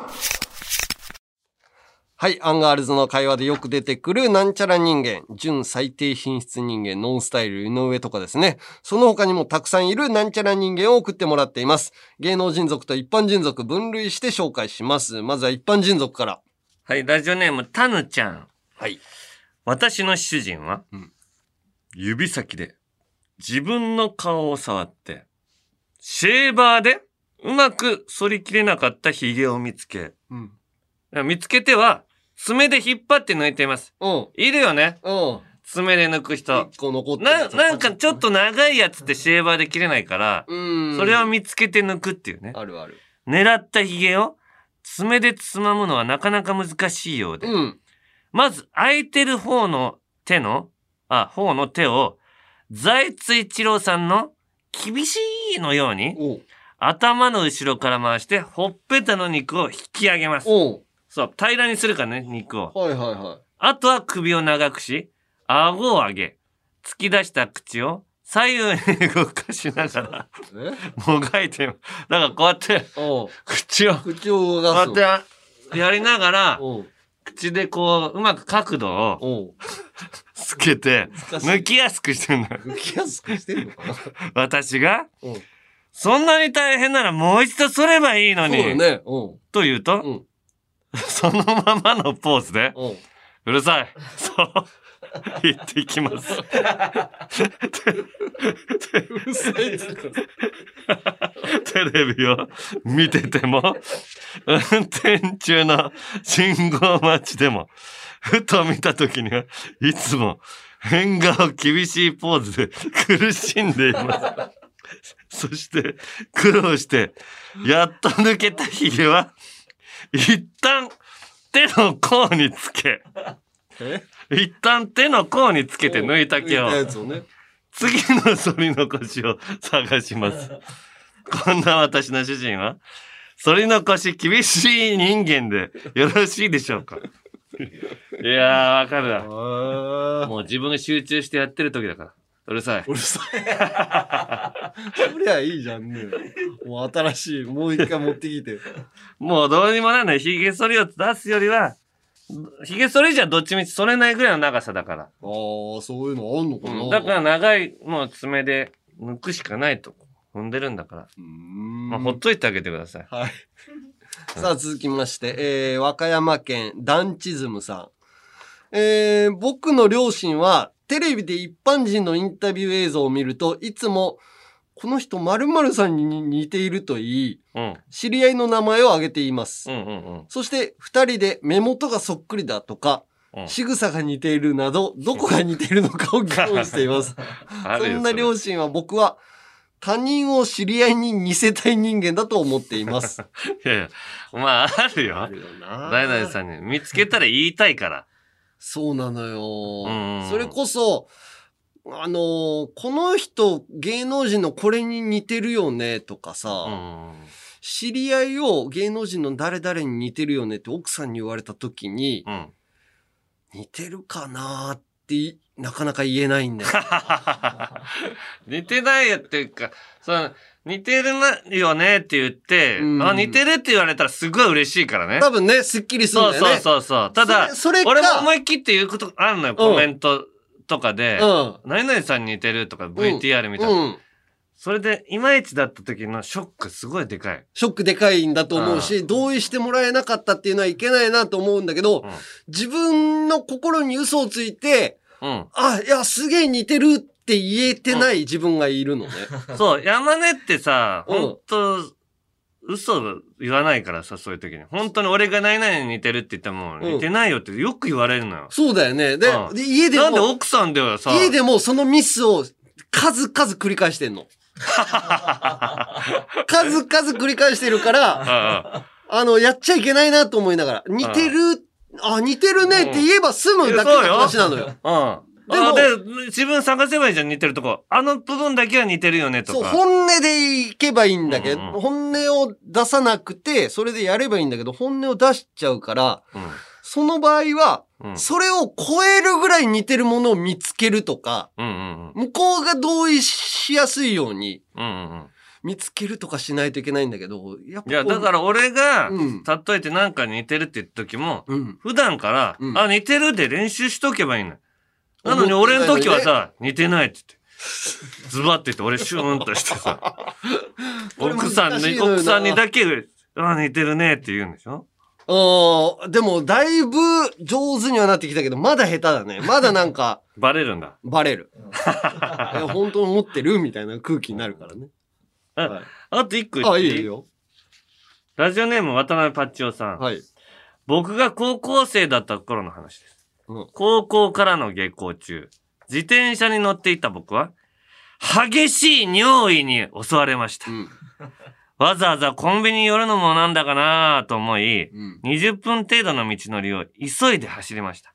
Speaker 2: はい。アンガールズの会話でよく出てくるなんちゃら人間、純最低品質人間、ノンスタイル、井上とかですね。その他にもたくさんいるなんちゃら人間を送ってもらっています。芸能人族と一般人族分類して紹介します。まずは一般人族から。
Speaker 1: はい、ラジオネーム、たぬちゃん。
Speaker 2: はい。
Speaker 1: 私の主人は、
Speaker 2: うん
Speaker 1: 指先で自分の顔を触って、シェーバーでうまく剃りきれなかったヒゲを見つけ、
Speaker 2: うん。
Speaker 1: 見つけては、爪で引っ張って抜いています。
Speaker 2: うん。
Speaker 1: いるよね
Speaker 2: うん。
Speaker 1: 爪で抜く人。
Speaker 2: 一個残ってる
Speaker 1: な、
Speaker 2: やつ
Speaker 1: なんかちょっ、と長いやつってシェーバーで切れないから、
Speaker 2: うん。
Speaker 1: それを見つけて抜くっていうね。
Speaker 2: あるある。
Speaker 1: 狙ったヒゲを爪でつまむのはなかなか難しいようで、
Speaker 2: うん。
Speaker 1: まず空いてる方の手の、あ、方の手を、財津一郎さんの厳しいのように、
Speaker 2: おう
Speaker 1: 頭の後ろから回して、ほっぺたの肉を引き上げます。
Speaker 2: おう
Speaker 1: そう、平らにするからね、肉を。
Speaker 2: はいはいは
Speaker 1: あとは首を長くし、顎を上げ、突き出した口を左右に動かしながら、
Speaker 2: い。え
Speaker 1: もがいて、だからこうやって、
Speaker 2: おう
Speaker 1: 口を、こ
Speaker 2: 口を動
Speaker 1: う
Speaker 2: か
Speaker 1: や
Speaker 2: す
Speaker 1: っ
Speaker 2: の。
Speaker 1: てややりながら、
Speaker 2: おう
Speaker 1: 口でこう、うまく角度を
Speaker 2: おう
Speaker 1: つけて、抜きやすくしてるのよ。
Speaker 2: 抜きやすくしてんのかなそ
Speaker 1: 私が
Speaker 2: うん、
Speaker 1: そんなに大変ならもう一度剃ればいいの
Speaker 2: う
Speaker 1: に、
Speaker 2: だね。うん。
Speaker 1: と言うと、
Speaker 2: うん
Speaker 1: そのままのポーズで、
Speaker 2: うん。
Speaker 1: うるさい。 そう。行ってきます。テレビを見てても、運転中の信号待ちでも、ふと見た時には、いつも変顔厳しいポーズで苦しんでいます。そして、苦労して、やっと抜けたヒゲは、一旦、手の甲につけ、
Speaker 2: え
Speaker 1: 一旦手の甲につけて抜いた毛を
Speaker 2: 抜いたやつをね。
Speaker 1: 次の剃り残しを探します。こんな私の主人は、剃り残し厳しい人間でよろしいでしょうかいやー、わかるわ。
Speaker 2: あ
Speaker 1: もう自分が集中してやってる時だから。うるさい。
Speaker 2: うるさい。そりゃいいじゃんね。もう新しい、もう一回持ってきて。
Speaker 1: もうどうにもなんない。髭剃りを出すよりは、髭剃りじゃどっちみち剃れないぐらいの長さだから。
Speaker 2: ああ、そういうのあんのかな、
Speaker 1: だから長い、もう爪で抜くしかないと踏んでるんだから。
Speaker 2: うーん。
Speaker 1: まあ、ほっといてあげてください。
Speaker 2: はい。さあ、続きまして、えー、和歌山県団地ズムさん。えー、僕の両親は、テレビで一般人のインタビュー映像を見ると、いつも、この人〇〇さんに似ていると言い、
Speaker 1: うん。
Speaker 2: 知り合いの名前を挙げています。
Speaker 1: うんうんうん。
Speaker 2: そして、二人で目元がそっくりだとか、
Speaker 1: うん
Speaker 2: 仕草が似ているなど、どこが似ているのかを議論しています。
Speaker 1: あ
Speaker 2: そ
Speaker 1: るよ
Speaker 2: んな両親は僕は、他人を知り合いに似せたい人間だと思っています。
Speaker 1: いやいや、まあ、 あるよ。
Speaker 2: よな
Speaker 1: ダイダイさんに見つけたら言いたいから。
Speaker 2: そうなの
Speaker 1: うんうん
Speaker 2: よ。それこそ、あのーこの人、芸能人のこれに似てるよね、とかさ、
Speaker 1: うん。
Speaker 2: 知り合いを芸能人の誰々に似てるよねって奥さんに言われた時に、
Speaker 1: うん。
Speaker 2: 似てるかなーってい、なかなか言えな いんだよ。
Speaker 1: 似てないよっていうか、その、似てるよねって言って、
Speaker 2: うん
Speaker 1: あ、似てるって言われたらすごい嬉しいからね。
Speaker 2: 多分ね、すっきりする
Speaker 1: そ
Speaker 2: ん
Speaker 1: う
Speaker 2: だよ
Speaker 1: そう
Speaker 2: ね。う
Speaker 1: そうそう。ただ、
Speaker 2: それそれか
Speaker 1: 俺も思い切って言うことあるのよ、
Speaker 2: うん
Speaker 1: コメントとかで。
Speaker 2: そ
Speaker 1: 何々さんに似てるとか VTR みたいな、
Speaker 2: うん。うん。
Speaker 1: それでいまいちだった時のショックすごいでかい、
Speaker 2: ショックでかいんだと思うし、同意してもらえなかったっていうのはいけないなと思うんだけど、
Speaker 1: うん
Speaker 2: 自分の心に嘘をついて、
Speaker 1: うん、
Speaker 2: あ、いや、すげえ似てるって言えてない自分がいるのね。
Speaker 1: そう、山根ってさ、
Speaker 2: うん
Speaker 1: 本当嘘言わないからさ、そういう時に。本当に俺が何々に似てるって言っても、
Speaker 2: うん
Speaker 1: 似てないよってよく言われるのよ。
Speaker 2: そうだよね。で、
Speaker 1: うん
Speaker 2: で家で
Speaker 1: なんで
Speaker 2: も、
Speaker 1: 奥さんではさ、
Speaker 2: 家でもそのミスを数々繰り返してんの。 数々繰り返してるから、
Speaker 1: あ
Speaker 2: あの、やっちゃいけないなと思いながら、似てる、あ、似てるねって言えば済むだけの話なのよ。
Speaker 1: あ、うん。
Speaker 2: でも
Speaker 1: あで、自分探せばいいじゃん、似てるとこ。あの部分だけは似てるよね、と
Speaker 2: そう、
Speaker 1: か。
Speaker 2: 本音でいけばいいんだけど、
Speaker 1: うんうん
Speaker 2: 本音を出さなくて、それでやればいいんだけど、本音を出しちゃうから、その場合は、
Speaker 1: うん。うん。
Speaker 2: それを超えるぐらい似てるものを見つけるとか、
Speaker 1: うんうんうん。
Speaker 2: 向こうが同意しやすいように
Speaker 1: うんうん
Speaker 2: 見つけるとかしないといけないんだけど、やっ
Speaker 1: うん。
Speaker 2: ぱ、
Speaker 1: いや、だからら俺が、
Speaker 2: うん。
Speaker 1: 例えてなんかに似てるって言った時も、
Speaker 2: うん。
Speaker 1: 普段から、
Speaker 2: うん
Speaker 1: あ、似てるで練習しとけばいいのよ。なのに俺の時はさ、似てないって言って。ズバって言って、俺シューンとしてさ。
Speaker 2: これ
Speaker 1: 奥さん
Speaker 2: 難しい
Speaker 1: に、
Speaker 2: のよな
Speaker 1: 奥さんにだけ、あ、似てるねって言うんでしょ
Speaker 2: うん。でも、だいぶ上手にはなってきたけど、まだ下手だね。まだなん か、
Speaker 1: バレるんだ。
Speaker 2: バレる。いや本当に持ってるみたいな空気になるからね。は
Speaker 1: あと一個
Speaker 2: い、
Speaker 1: 言っ
Speaker 2: あ、
Speaker 1: て
Speaker 2: い
Speaker 1: い
Speaker 2: い
Speaker 1: い
Speaker 2: よ。
Speaker 1: ラジオネーム渡辺パッチオさん。
Speaker 2: はい。
Speaker 1: 僕が高校生だった頃の話です。
Speaker 2: うん
Speaker 1: 高校からの下校中、自転車に乗っていた僕は、激しい尿意に襲われました。
Speaker 2: うん。
Speaker 1: わざわざコンビニに寄るのもなんだかなぁと思い、
Speaker 2: うん。
Speaker 1: 20分程度の道のりを急いで走りました。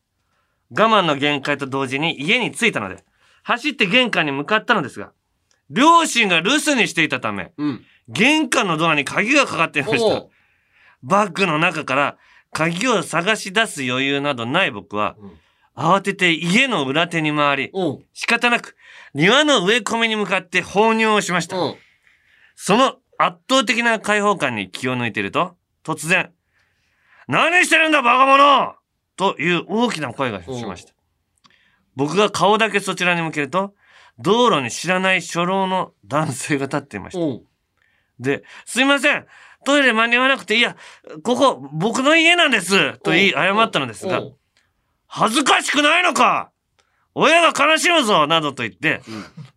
Speaker 1: 我慢の限界と同時に家に着いたので、走って玄関に向かったのですが、両親が留守にしていたため、
Speaker 2: うん。
Speaker 1: 玄関のドアに鍵がかかっていまし
Speaker 2: お
Speaker 1: た
Speaker 2: う。
Speaker 1: バッグの中から鍵を探し出す余裕などない僕は
Speaker 2: うん、
Speaker 1: 慌てて家の裏手に回り、
Speaker 2: うん。
Speaker 1: 仕方なく庭の植え込みに向かって放尿をしました。
Speaker 2: うん。
Speaker 1: その圧倒的な解放感に気を抜いていると、突然、何してるんだバカ者という大きな声がしました。僕が顔だけそちらに向けると、道路に知らない初老の男性が立っていました。
Speaker 2: うん。
Speaker 1: で、すいませんトイレ間に合わなくて、いや、ここ、僕の家なんですと言い謝ったのですが
Speaker 2: お、う
Speaker 1: 恥ずかしくないのか親が悲しむぞなどと言って、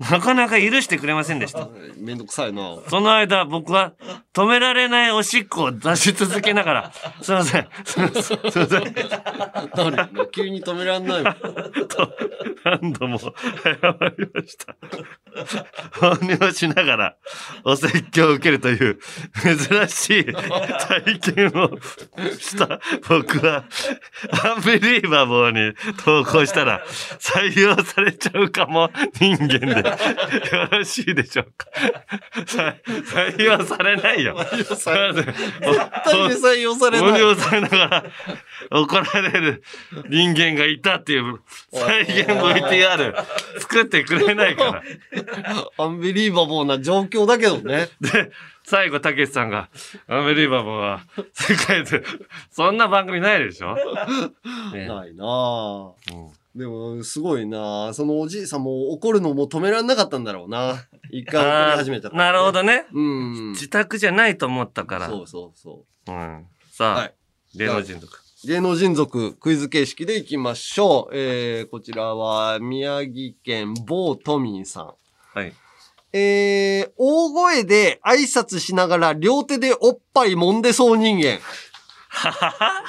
Speaker 1: なかなか許してくれませんでした。
Speaker 2: めんどくさいな。
Speaker 1: その間、僕は止められないおしっこを出し続けながら、すいません、すいません、すいません、
Speaker 2: なるよね急に止めらんないもん。
Speaker 1: と、何度も謝りました。本音をしながら、お説教を受けるという、珍しい体験をした僕は、アンビリーバボーに投稿したら、採用されちゃうかも人間で、よろしいでしょうか。さ採用されないよ。
Speaker 2: され対に採用され
Speaker 1: 無
Speaker 2: ない。
Speaker 1: 料されながら怒られる人間がいたっていう再現 VTR 作ってくれないから。
Speaker 2: アンビリーバボーな状況だけどね。
Speaker 1: で、最後、たけしさんが、アンビリーバボーは世界で、そんな番組ないでし ょ、ね
Speaker 2: ないな
Speaker 1: う
Speaker 2: あ
Speaker 1: ん
Speaker 2: でも、すごいなあそのおじいさんも怒るのも止めらんなかったんだろうな。一回怒り
Speaker 1: あ
Speaker 2: 始めた
Speaker 1: ー
Speaker 2: ら。
Speaker 1: なるほどね。
Speaker 2: うん。
Speaker 1: 自宅じゃないと思ったから。
Speaker 2: そうそうそ
Speaker 1: うん、さあ、
Speaker 2: はい
Speaker 1: 芸能人とか。
Speaker 2: う。芸能人族クイズ形式でいきましょう。えー、こちらは宮城県某トミーさん。
Speaker 1: はい。
Speaker 2: えー、大声で挨拶しながら両手でおっぱい揉んでそう人間。
Speaker 1: ははは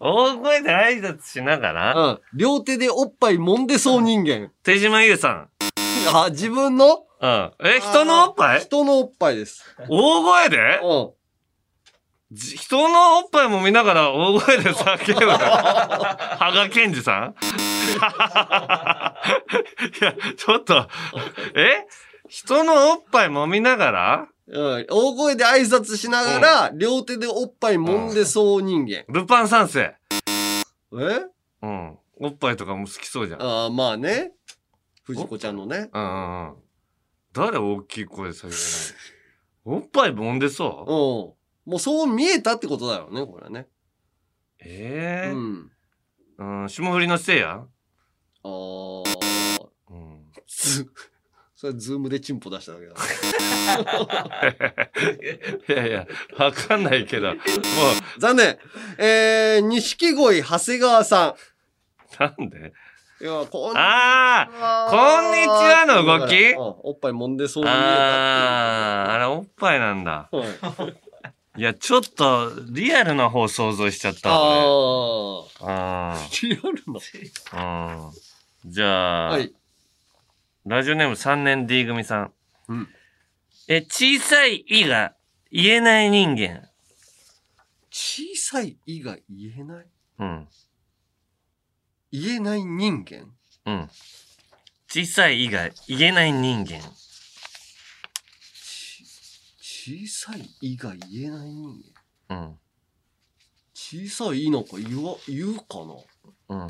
Speaker 1: 大声で挨拶しながら、
Speaker 2: うん。両手でおっぱい揉んでそう人 間。
Speaker 1: 手島優さん。
Speaker 2: あ、自分の
Speaker 1: うん。え、人のおっぱい
Speaker 2: 人のおっぱいです。
Speaker 1: 大声で
Speaker 2: うん。
Speaker 1: じ人のおっぱいも見ながら大声で叫 ぶ。羽賀健二さん いや、ちょっと、え人のおっぱいもみながら
Speaker 2: うん、大声で挨拶しながら、両手でおっぱい揉んでそう人間。
Speaker 1: ルパン三世。
Speaker 2: え
Speaker 1: うん。おっぱいとかも好きそうじゃん。うん
Speaker 2: ああ、まあね。藤子ちゃんのね。
Speaker 1: うんうん。誰大きい声で叫ぶのおっぱいもんで
Speaker 2: うん。
Speaker 1: そう
Speaker 2: もうそう見えたってことだよね、これはね。う
Speaker 1: ええ
Speaker 2: ん。
Speaker 1: うん、霜降りのせいや。
Speaker 2: あー
Speaker 1: うん。
Speaker 2: ず、 それはズームでチンポ出しただけだ。
Speaker 1: いやいや、わかんないけど、もう、
Speaker 2: 残念。えー、錦鯉長谷川さ
Speaker 1: なんで
Speaker 2: ん。いや、こん
Speaker 1: ああ
Speaker 2: あ
Speaker 1: こんにちはの動き
Speaker 2: うんおっぱい揉んでそうに見え
Speaker 1: ああ、あ
Speaker 2: た
Speaker 1: れおっぱいなん だ。
Speaker 2: っていう。うん
Speaker 1: いや、ちょっと、リアルな方想像しちゃったわ、ね。
Speaker 2: あ
Speaker 1: あ
Speaker 2: ー。リアルな。
Speaker 1: あ。うん。じゃあ、
Speaker 2: はい。
Speaker 1: ラジオネーム3年 D 組さん。
Speaker 2: うん
Speaker 1: え、小さい「い」が言えない人間。
Speaker 2: 小さい以外言えない
Speaker 1: うん。
Speaker 2: 言えない人間
Speaker 1: うん。小さい「い」が言えない人間。
Speaker 2: ち小さい以外言えない人間
Speaker 1: うん。
Speaker 2: 小さいなんか言わ、言うかな
Speaker 1: うん。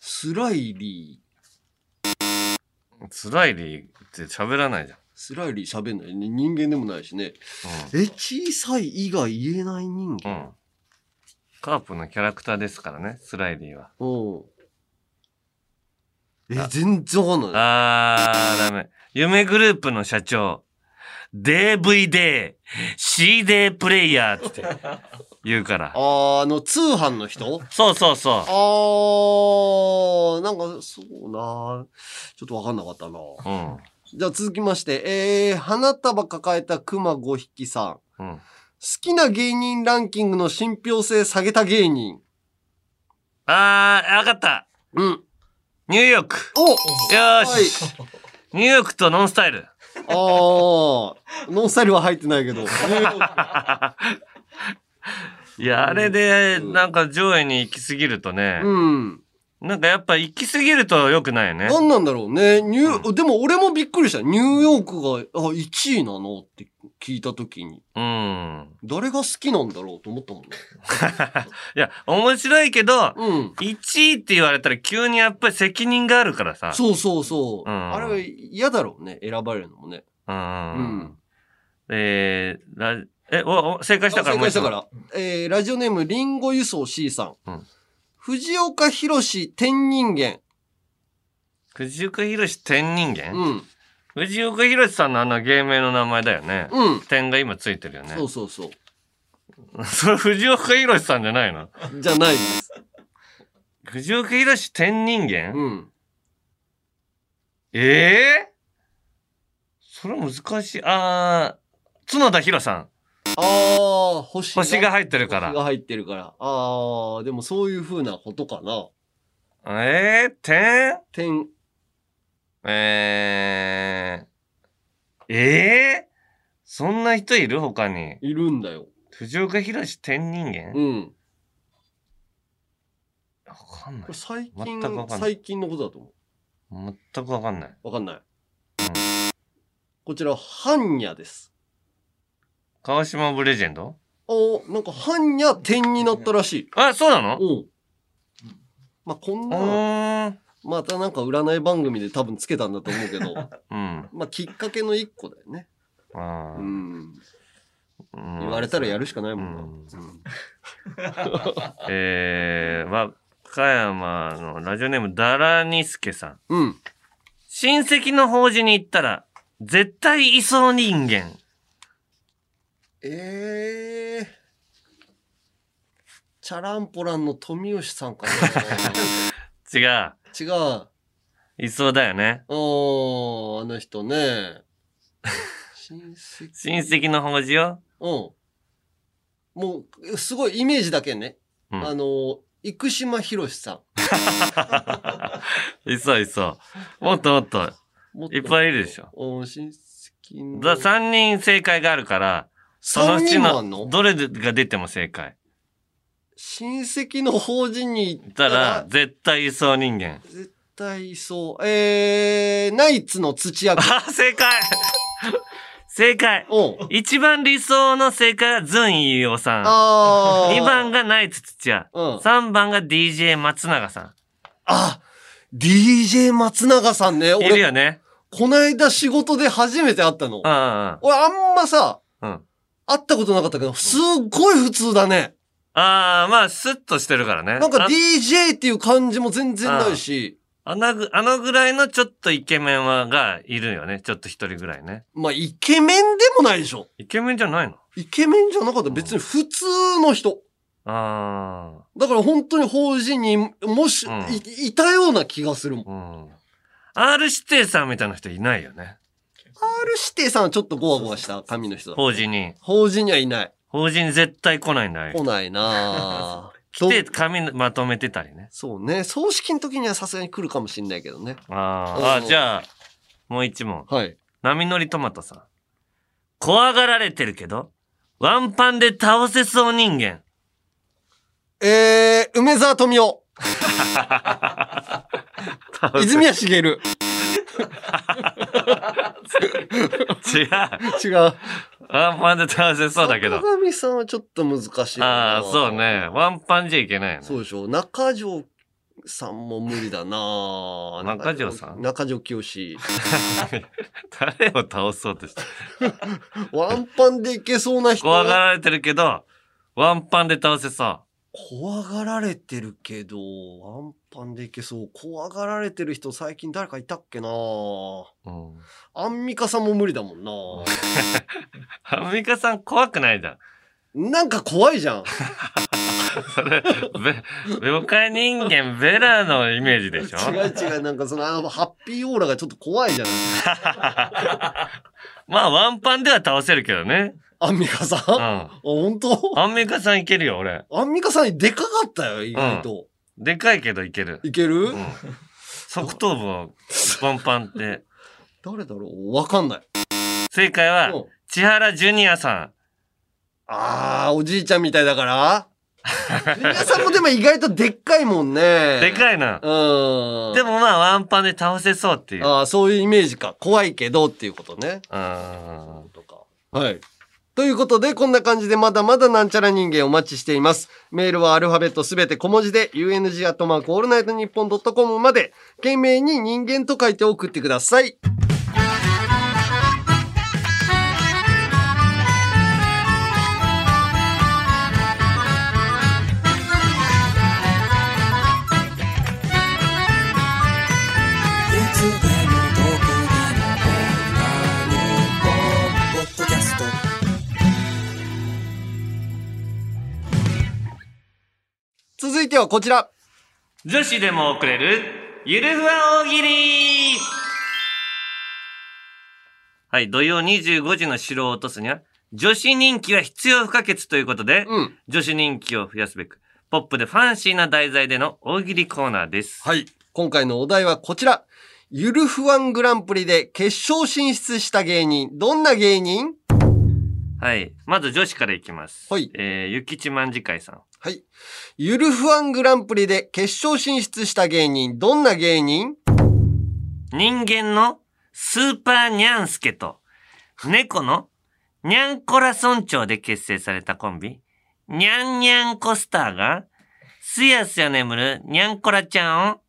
Speaker 2: スライリー。
Speaker 1: スライリーって喋らないじゃん。
Speaker 2: スライリー喋んないね。人間でもないしね。え、小さい以外言えない人
Speaker 1: うん。う
Speaker 2: 間
Speaker 1: ん。カープのキャラクターですからね、スライリーは。
Speaker 2: うん。え、全然わかんない。
Speaker 1: あー、ダメ。夢グループの社長、DVD、CD プレイヤーって言うから。
Speaker 2: あーあの、通販の人
Speaker 1: そうそうそ
Speaker 2: あー、なんか、そうなちょっとわかんなかったな
Speaker 1: う。うん。
Speaker 2: じゃあ続きまして、えー、花束抱えた熊5匹さん。
Speaker 1: うん。
Speaker 2: 好きな芸人ランキングの信憑性下げた芸人。
Speaker 1: あー、わかった。
Speaker 2: うん。
Speaker 1: ニューヨーク。
Speaker 2: お
Speaker 1: よーし。ニューヨークとノンスタイル。
Speaker 2: あー、ノンスタイルは入ってないけ ど。
Speaker 1: いや、あれで、なんか上位に行き過ぎるとね、
Speaker 2: うん。
Speaker 1: なんかやっぱ行き過ぎると良くないよね。
Speaker 2: 何なんだろうね。ニュー、でも俺もびっくりした。ニューヨークが、あ、1位なのって聞いたときに。
Speaker 1: うん。
Speaker 2: 誰が好きなんだろうと思ったもんね。
Speaker 1: いや、面白いけど、
Speaker 2: うん。
Speaker 1: 1位って言われたら急にやっぱり責任があるからさ。
Speaker 2: そうそうそう。
Speaker 1: うん
Speaker 2: あれは嫌だろうね。選ばれるのもね。
Speaker 1: う。
Speaker 2: うんん。
Speaker 1: えー、ラえ、お、お正解したから
Speaker 2: あ正解したか
Speaker 1: もう
Speaker 2: ら。えー、ラジオネーム、リンゴ輸送 C さん。
Speaker 1: うん
Speaker 2: 藤岡弘天人間。
Speaker 1: 一個藤岡弘天人間、
Speaker 2: うん。
Speaker 1: 藤岡弘さんのあの芸名の名前だよね。
Speaker 2: うん。
Speaker 1: 点が今ついてるよね。
Speaker 2: そうそうそう。
Speaker 1: それ藤岡弘さんじゃないの
Speaker 2: じゃないです。
Speaker 1: 藤岡弘天人間、
Speaker 2: うん。
Speaker 1: ええそれ難しい。あー、角田博さん。
Speaker 2: あー、星が。
Speaker 1: 星が入ってるか
Speaker 2: 星が
Speaker 1: ら。
Speaker 2: 入ってるから。あー、でもそういう風なことかな。
Speaker 1: えー、点
Speaker 2: 天、
Speaker 1: えー、えー、そんな人いる他に。
Speaker 2: いるんだよ。
Speaker 1: 藤岡弘天人間
Speaker 2: う
Speaker 1: わ
Speaker 2: ん。
Speaker 1: かんない
Speaker 2: これ。最
Speaker 1: 全くわ
Speaker 2: 近、
Speaker 1: かんない
Speaker 2: 最近のことだと思
Speaker 1: 全くわかんない。
Speaker 2: う。わかんない。こちら、般若です。
Speaker 1: 川島ブレジェンド
Speaker 2: おなんか般若天になったらしい。
Speaker 1: あ、そうなの
Speaker 2: うん。まあ、こん
Speaker 1: う
Speaker 2: な、
Speaker 1: ーん。
Speaker 2: またなんか占い番組で多分つけたんだと思う けど、
Speaker 1: うん。
Speaker 2: まあ、きっかけの一個だよね。
Speaker 1: あー
Speaker 2: うん。
Speaker 1: うん
Speaker 2: 言われたらやるしかないもんな。
Speaker 1: う
Speaker 2: うん
Speaker 1: えー、和歌山のラジオネーム、ダラニスケさん。
Speaker 2: うん。
Speaker 1: 親戚の法事に行ったら、絶対いそう人間。
Speaker 2: ええチャランポランの富吉さん かな
Speaker 1: 違う。
Speaker 2: 違う。
Speaker 1: いそうだよね。
Speaker 2: おー、あの人ね。親戚。
Speaker 1: 親戚の法事よ。
Speaker 2: うん。もう、すごいイメージだけね。
Speaker 1: うん
Speaker 2: あの、生島博さ
Speaker 1: いそういそう。もっともっと。
Speaker 2: ん。もと
Speaker 1: いっぱいいるでしょ。
Speaker 2: うん、親戚の。
Speaker 1: だ3人正解があるから、そのう
Speaker 2: 三
Speaker 1: ち
Speaker 2: 人もあん
Speaker 1: の、
Speaker 2: の
Speaker 1: どれが出ても正解。
Speaker 2: 親戚の法人に行っ
Speaker 1: だ
Speaker 2: た
Speaker 1: からら、、絶対いそう人間。
Speaker 2: 絶対いそう。えー、ナイツの土 屋君。
Speaker 1: あ、正解正解
Speaker 2: うん。
Speaker 1: 一番理想の正解はズン飯尾さん。
Speaker 2: あー。
Speaker 1: 2番がナイツ土屋。
Speaker 2: うん
Speaker 1: 3番が DJ 松永さ
Speaker 2: あ、DJ 松永さんね。
Speaker 1: ん。いる
Speaker 2: 俺、
Speaker 1: よね。
Speaker 2: こないだ仕事で初めて会ったの
Speaker 1: う。んうん
Speaker 2: 俺、あんまさ、
Speaker 1: うん。うん。
Speaker 2: 会ったことなかったけど、すっごい普通だね。
Speaker 1: ああ、まあ、スッとしてるからね。
Speaker 2: なんか
Speaker 1: あ
Speaker 2: DJ っていう感じも全然ないし、
Speaker 1: あのぐ、あのぐらいのちょっとイケメンは、がいるよね。ちょっと一人ぐらいね。
Speaker 2: まあ、イケメンでもないでしょ。
Speaker 1: イケメンじゃないの
Speaker 2: イケメンじゃなかった。別に普通の人。
Speaker 1: あ
Speaker 2: だから本当に法人に、もし、
Speaker 1: うん
Speaker 2: い、いたような気がするもん。
Speaker 1: あ、うん。R 指定さんみたいな人いないよね。
Speaker 2: R 指定さんはちょっとゴワゴワした髪の人だ。
Speaker 1: 法事に。
Speaker 2: 法人にはいない。
Speaker 1: 法事に絶対来ないんだよ
Speaker 2: 来。ないなぁ。
Speaker 1: 来て、髪まとめてたりね。
Speaker 2: そうね。葬式の時にはさすがに来るかもしんないけどね。
Speaker 1: あ
Speaker 2: うん
Speaker 1: ーあー、じゃあ、もう一問。
Speaker 2: はい。
Speaker 1: 波乗りトマトさん。怖がられてるけど、ワンパンで倒せそう人間。
Speaker 2: えー、梅沢富美男。泉谷茂。違う。
Speaker 1: 違う。
Speaker 2: そう
Speaker 1: ワンパンで倒せそうだけど。
Speaker 2: 坂上さんはちょっと難しいな。
Speaker 1: ああ、そう。ね。ワンパンじゃいけないよね。
Speaker 2: そうでしょ。中条さんも無理だな
Speaker 1: 中条さん
Speaker 2: 中条清。
Speaker 1: 誰を倒そうとして。
Speaker 2: ワンパンでいけそうな人。
Speaker 1: 怖がられてるけど、ワンパンで倒せそ
Speaker 2: 怖がられてるけど、ワンパンでいけそう。怖がられてる人最近誰かいたっけな
Speaker 1: う。うん。
Speaker 2: アンミカさんも無理だもんな
Speaker 1: アンミカさん怖くないじゃん。
Speaker 2: なんか怖いじゃん。
Speaker 1: それ、べ、妖怪人間ベラのイメージでしょ
Speaker 2: 違う違う、なんかその、あの、ハッピーオーラがちょっと怖いじゃない
Speaker 1: まあ、ワンパンでは倒せるけどね。
Speaker 2: アンミカさん、
Speaker 1: うん。
Speaker 2: あ、
Speaker 1: ア
Speaker 2: 本当
Speaker 1: ンミカさんいけるよ、俺。
Speaker 2: アンミカさんでかかったよ、意外と。
Speaker 1: でかいけどいける。
Speaker 2: いける、
Speaker 1: うん。側頭部をワンパンって。
Speaker 2: 誰だろうわかんない。
Speaker 1: 正解
Speaker 2: う
Speaker 1: は
Speaker 2: ん、
Speaker 1: 千原ジュニアさ
Speaker 2: あー、おじいちゃんみたいだから。皆さんもでも意外とでっかいもんね。
Speaker 1: ん。で
Speaker 2: い。
Speaker 1: かいな。
Speaker 2: うん。
Speaker 1: で、もまあ、ワンパンで倒せそうっていう。
Speaker 2: あーそういうイメージか。怖いけどっていうことね。
Speaker 1: うん。
Speaker 2: はい。ということで、こんな感じでまだまだなんちゃら人間お待ちしています。メールはアルファベットすべて小文字で、UNG アットマークオールナイトニッポンドットコムまで、懸命に人間と書いて送ってください。続いてはこちら。
Speaker 1: 女子でも送れる、ゆるふわ大喜利はい、土曜25時の城を落とすには、女子人気は必要不可欠ということで、
Speaker 2: うん。
Speaker 1: 女子人気を増やすべく、ポップでファンシーな題材での大喜利コーナーです。
Speaker 2: はい。今回のお題はこちら。ゆるふわんグランプリで決勝進出した芸人。どんな芸人
Speaker 1: はい。まず女子からいきます。
Speaker 2: はい
Speaker 1: えー、ゆきちまんじかいさん。
Speaker 2: はい。ゆるふわんグランプリで決勝進出した芸人。どんな芸人
Speaker 1: 人間のスーパーニャンスケと、猫のニャンコラ村長で結成されたコンビ、ニャンニャンコスターが、すやすや眠るニャンコラちゃんを、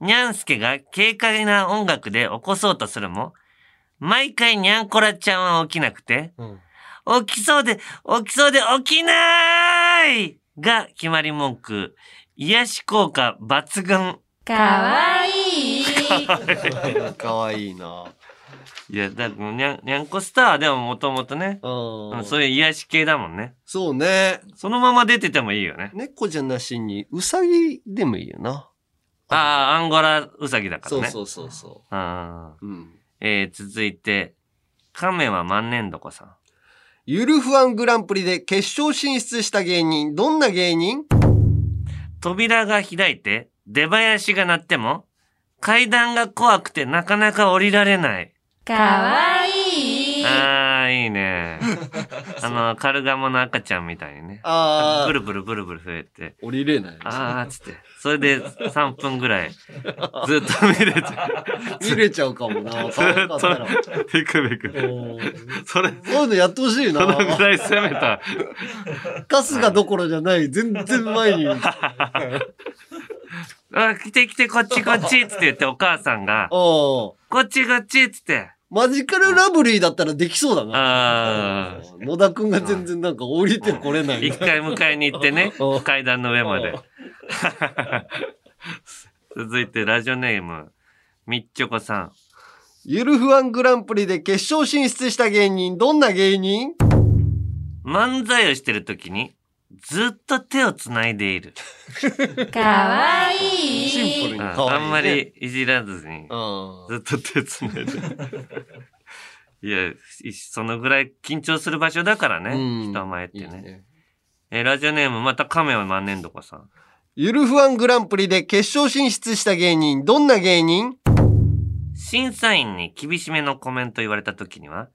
Speaker 1: ニャンスケが軽快な音楽で起こそうとするも、毎回ニャンコラちゃんは起きなくて、
Speaker 2: うん
Speaker 1: 起きそうで、起きそうで起きないが決まり文句、癒し効果抜群。
Speaker 3: かわいい
Speaker 2: かわいいない
Speaker 1: や、だもうにゃん、にゃんこスターでももともとね、
Speaker 2: う
Speaker 1: うんん、そういう癒し系だもんね。
Speaker 2: そうね。
Speaker 1: そのまま出ててもいいよね。
Speaker 2: 猫じゃなしに、うさぎでもいいよな。
Speaker 1: ああ、アンゴラウサギだから
Speaker 2: そう
Speaker 1: ね。
Speaker 2: そうそうそ
Speaker 1: あー
Speaker 2: う。うん。
Speaker 1: えー、続いて、亀は万年床さん。
Speaker 2: ゆるふわんグランプリで決勝進出した芸人。どんな芸人
Speaker 1: 扉が開いて、出囃子が鳴っても、階段が怖くてなかなか降りられない。
Speaker 3: かわいい
Speaker 1: ああ、いい ね。あの、カルガモの赤ちゃんみたいにね。
Speaker 2: あ
Speaker 1: ブ
Speaker 2: あ、
Speaker 1: ルブルブルブル増えて。
Speaker 2: 降り れない。
Speaker 1: あーっつって。それで3分ぐらい、ずっと見れて。
Speaker 2: 見れちゃうかもな。
Speaker 1: ずー
Speaker 2: 可愛か
Speaker 1: っ
Speaker 2: ったら
Speaker 1: と、ビクビク。
Speaker 2: おー
Speaker 1: それ、
Speaker 2: そういうのやってほしい
Speaker 1: そ の
Speaker 2: な
Speaker 1: ぐ。らい攻めた。
Speaker 2: 春日どころじゃない。全然 前に。
Speaker 1: あ、来て来て、こっちこっちっつって言って、お母さん が、
Speaker 2: おー
Speaker 1: こっちこっちっつって。
Speaker 2: マジカルラブリーだったらできそうだな。
Speaker 1: あー
Speaker 2: 野田くんが全然なんか降りてこれない。
Speaker 1: 一回迎えに行って ね
Speaker 2: うん、
Speaker 1: 階段の上まで。 続いて、ラジオネーム、みっちょこさん。
Speaker 2: ゆるふわんグランプリで決勝進出した芸人、どんな芸人
Speaker 1: 漫才をしてる時に、ずっと手を繋いでいる。
Speaker 3: かわい
Speaker 2: シンプルに
Speaker 1: うん
Speaker 2: 可愛い、ね。
Speaker 1: あんま。りいじらずに、
Speaker 2: うん。
Speaker 1: ずっと手つないで。いや、いそのぐらい緊張する場所だからね。
Speaker 2: うん
Speaker 1: 人前って
Speaker 2: いい
Speaker 1: ね
Speaker 2: ね。
Speaker 1: えーラジオネーム、また亀は万年床さん。
Speaker 2: ゆるふわんグランプリで決勝進出した芸人、どんな芸人
Speaker 1: 審査員に厳しめのコメント言われた時には、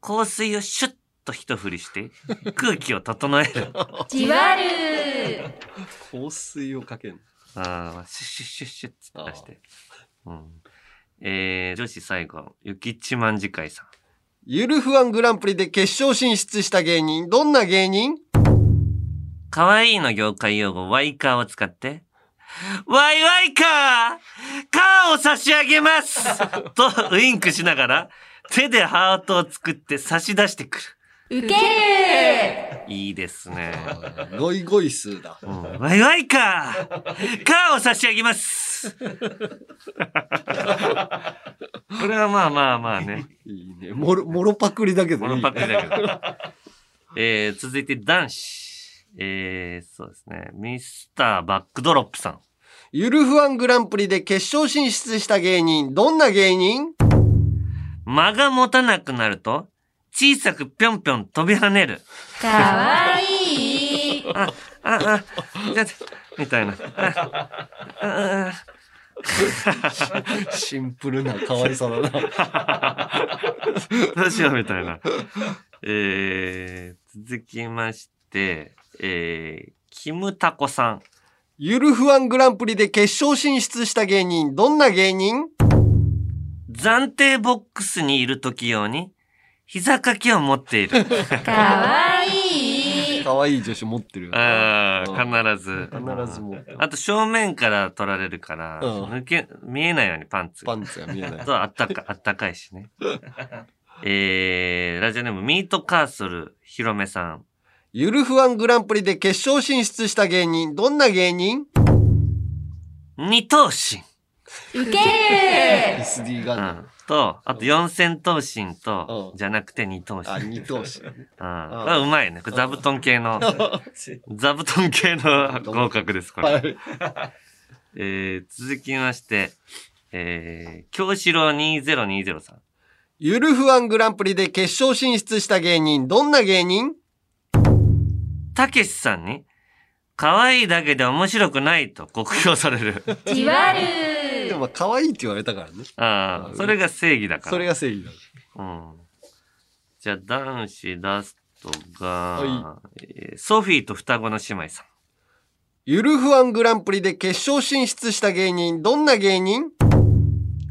Speaker 1: 香水をシュッと一振りして、空気を整え る。
Speaker 3: じわる
Speaker 2: 香水をかけん。
Speaker 1: ああ、シュッシュッシュッシュッつって出して。うん。えー、女子最後、ゆきちまんじかいさん。
Speaker 2: ゆるふわんグランプリで決勝進出した芸人、どんな芸人
Speaker 1: かわいいの業界用語、ワイカーを使って、ワイワイカーカーを差し上げ ますとウインクしながら、手でハートを作って差し出してく
Speaker 3: ウケる
Speaker 1: る。いいですね。
Speaker 2: ゴイゴイスーだ。
Speaker 1: うんワイワイカーカーを差し上げ ますこれはまあまあまあね。
Speaker 2: いいね。もろ、もろパクリだけどいい
Speaker 1: モノパクリだけど。えー、続いて男子。えー、そうですね。ミスターバックドロップさん。
Speaker 2: ゆるふわんグランプリで決勝進出した芸人、どんな芸人
Speaker 1: 間が持たなくなると、小さくぴょんぴょん飛び跳ねる。
Speaker 3: かわいい。
Speaker 1: あ、あ、あ、じゃ、みたいな。ああ
Speaker 2: シンプルな可愛さだな。
Speaker 1: どうしようみたいな。えー、続きまして、えー、キムタコさん。
Speaker 2: ゆるふわんグランプリで決勝進出した芸人、どんな芸人
Speaker 1: 暫定ボックスにいる時用に、膝掛けを持っている。
Speaker 3: かわいい。
Speaker 2: 可愛い女子持ってる。
Speaker 1: ああ、必ず。
Speaker 2: 必ず持ってる。
Speaker 1: あと正面から取られるから、
Speaker 2: うん
Speaker 1: 抜け、見えないようにパンツ。
Speaker 2: パンツが見えな
Speaker 1: あ
Speaker 2: い。
Speaker 1: とあった か、あったかいしね。えー、ラジオネームミートカーソル、ひろめさん。
Speaker 2: ゆるふわんグランプリで決勝進出した芸人、どんな芸人
Speaker 1: 二等身。
Speaker 3: ウケ
Speaker 2: ?SD
Speaker 1: う
Speaker 2: ガン。
Speaker 1: ん。と、あと四千等身と
Speaker 2: う、ん
Speaker 1: じゃなくて二等
Speaker 2: あ、
Speaker 1: 身。
Speaker 2: 二等身。
Speaker 1: うん。あうまいね。これ座布団系 の、座布団系の合格です、これ。
Speaker 2: はい。
Speaker 1: えー、続きまして、えー、京志郎2020さん。
Speaker 2: ゆるふわんグランプリで決勝進出した芸人、どんな芸人
Speaker 1: たけしさんに、可愛いだけで面白くないと酷評され る。
Speaker 3: ー。じわる
Speaker 2: でも、まあ可愛いって言われたからね。
Speaker 1: ああ、それが正義だから。
Speaker 2: それが正義だ。
Speaker 1: うん。じゃあ、男子ラストが、
Speaker 2: は
Speaker 1: えーソフィーと双子の姉妹さん。
Speaker 2: ゆるふわんグランプリで決勝進出した芸人、どんな芸人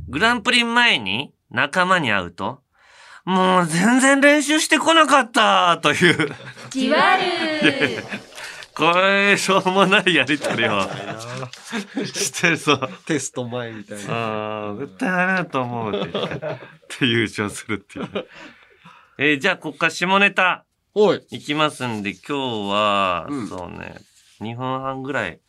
Speaker 1: グランプリ前に仲間に会うと、もう全然練習してこなかったという、
Speaker 3: じわる
Speaker 1: これ、しょうもないやりとり をしてそう。
Speaker 2: テスト前みたいな。
Speaker 1: ああ、絶対ダメだと思うって言って、って優勝するっていう。えーじゃあ、こっから下ネタ
Speaker 2: おい。
Speaker 1: いきますんで、今日は、
Speaker 2: うん
Speaker 1: そうね、2分半ぐらい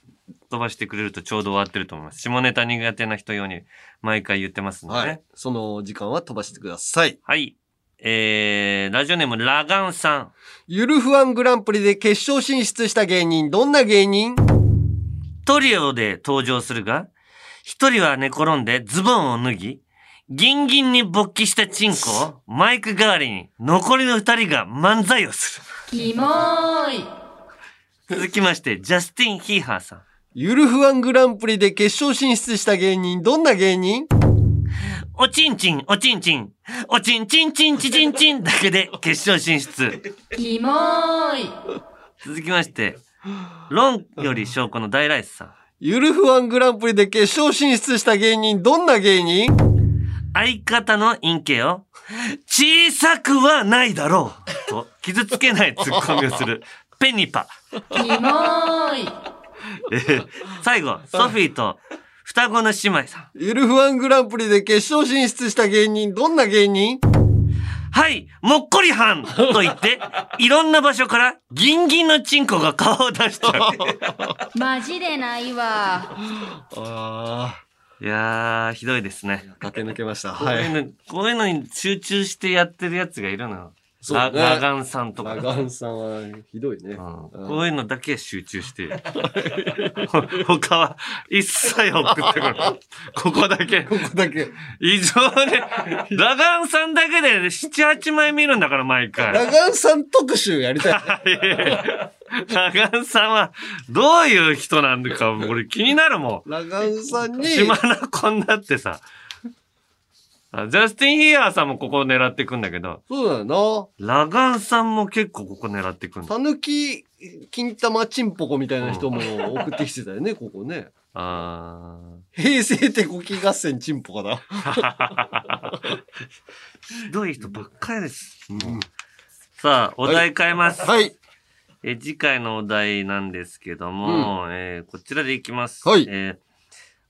Speaker 1: 飛ばしてくれるとちょうど終わってると思います。下ネタ苦手な人用に毎回言ってますんでね。
Speaker 2: は
Speaker 1: はいい。。
Speaker 2: その時間は飛ばしてください。
Speaker 1: えー、ラジオネーム、ラガンさん。
Speaker 2: ゆるふわんグランプリで決勝進出した芸人、どんな芸人
Speaker 1: トリオで登場するが、一人は寝転んでズボンを脱ぎ、ギンギンに勃起したチンコをマイク代わりに残りの二人が漫才をする。
Speaker 3: キモーい。
Speaker 1: 続きまして、ジャスティン・ヒーハーさん。
Speaker 2: ゆるふわんグランプリで決勝進出した芸人、どんな芸人
Speaker 1: おちんちん、おちんちん、おちんちんちんちちんちんだけで決勝進出。
Speaker 3: キモーい。
Speaker 1: 続きまして、論より証拠の大ライスさん。
Speaker 2: ゆるふわんグランプリで決勝進出した芸人、どんな芸人
Speaker 1: 相方の陰形を、小さくはないだろうと、傷つけないツッコミをする、ペニパ。
Speaker 3: キモーい。
Speaker 1: えー最後、ソフィーと双子の姉妹さん。
Speaker 2: ゆるふわんグランプリで決勝進出した芸人、どんな芸人
Speaker 1: はい、もっこりはんと言って、いろんな場所からギンギンのチンコが顔を出しちゃう。
Speaker 3: マジでないわ。
Speaker 2: あ
Speaker 1: いやー、ひどいですね。
Speaker 2: あ、駆け抜け ました。
Speaker 1: こう
Speaker 2: はいい。
Speaker 1: うの、こういうのに集中してやってるやつがいるのよ。
Speaker 2: そうね
Speaker 1: ララガンさんとか。
Speaker 2: ラ
Speaker 1: うん
Speaker 2: ガンさんはひどいね。
Speaker 1: こういうのだけ集中して。 ほ他は一切送ってこない。ここだけ。
Speaker 2: ここだけ。
Speaker 1: 異常ね。ラガンさんだけで7、8枚見るんだから、毎
Speaker 2: ラ
Speaker 1: 回。
Speaker 2: ガンさん特集や りたい。
Speaker 1: ラガンさんはどういう人なんか、俺気になるもん。
Speaker 2: ラガンさんに、
Speaker 1: 島なこになってさ。あジャスティン・ヒーアーさんもここを狙っていくんだけど、
Speaker 2: そうだよ
Speaker 1: ラガンさんも結構ここ狙っていくん
Speaker 2: な。
Speaker 1: だ。
Speaker 2: たぬき、金玉ちんぽこみたいな人も送ってきて たよね、ここね。
Speaker 1: あ
Speaker 2: 平成手こき合戦ちんぽかだ。
Speaker 1: ーひどい人ばっかりです。さあ、お題変えます、
Speaker 2: はい。
Speaker 1: え。次回のお題なんですけども、えーこちらでいきます。
Speaker 2: はい
Speaker 1: えー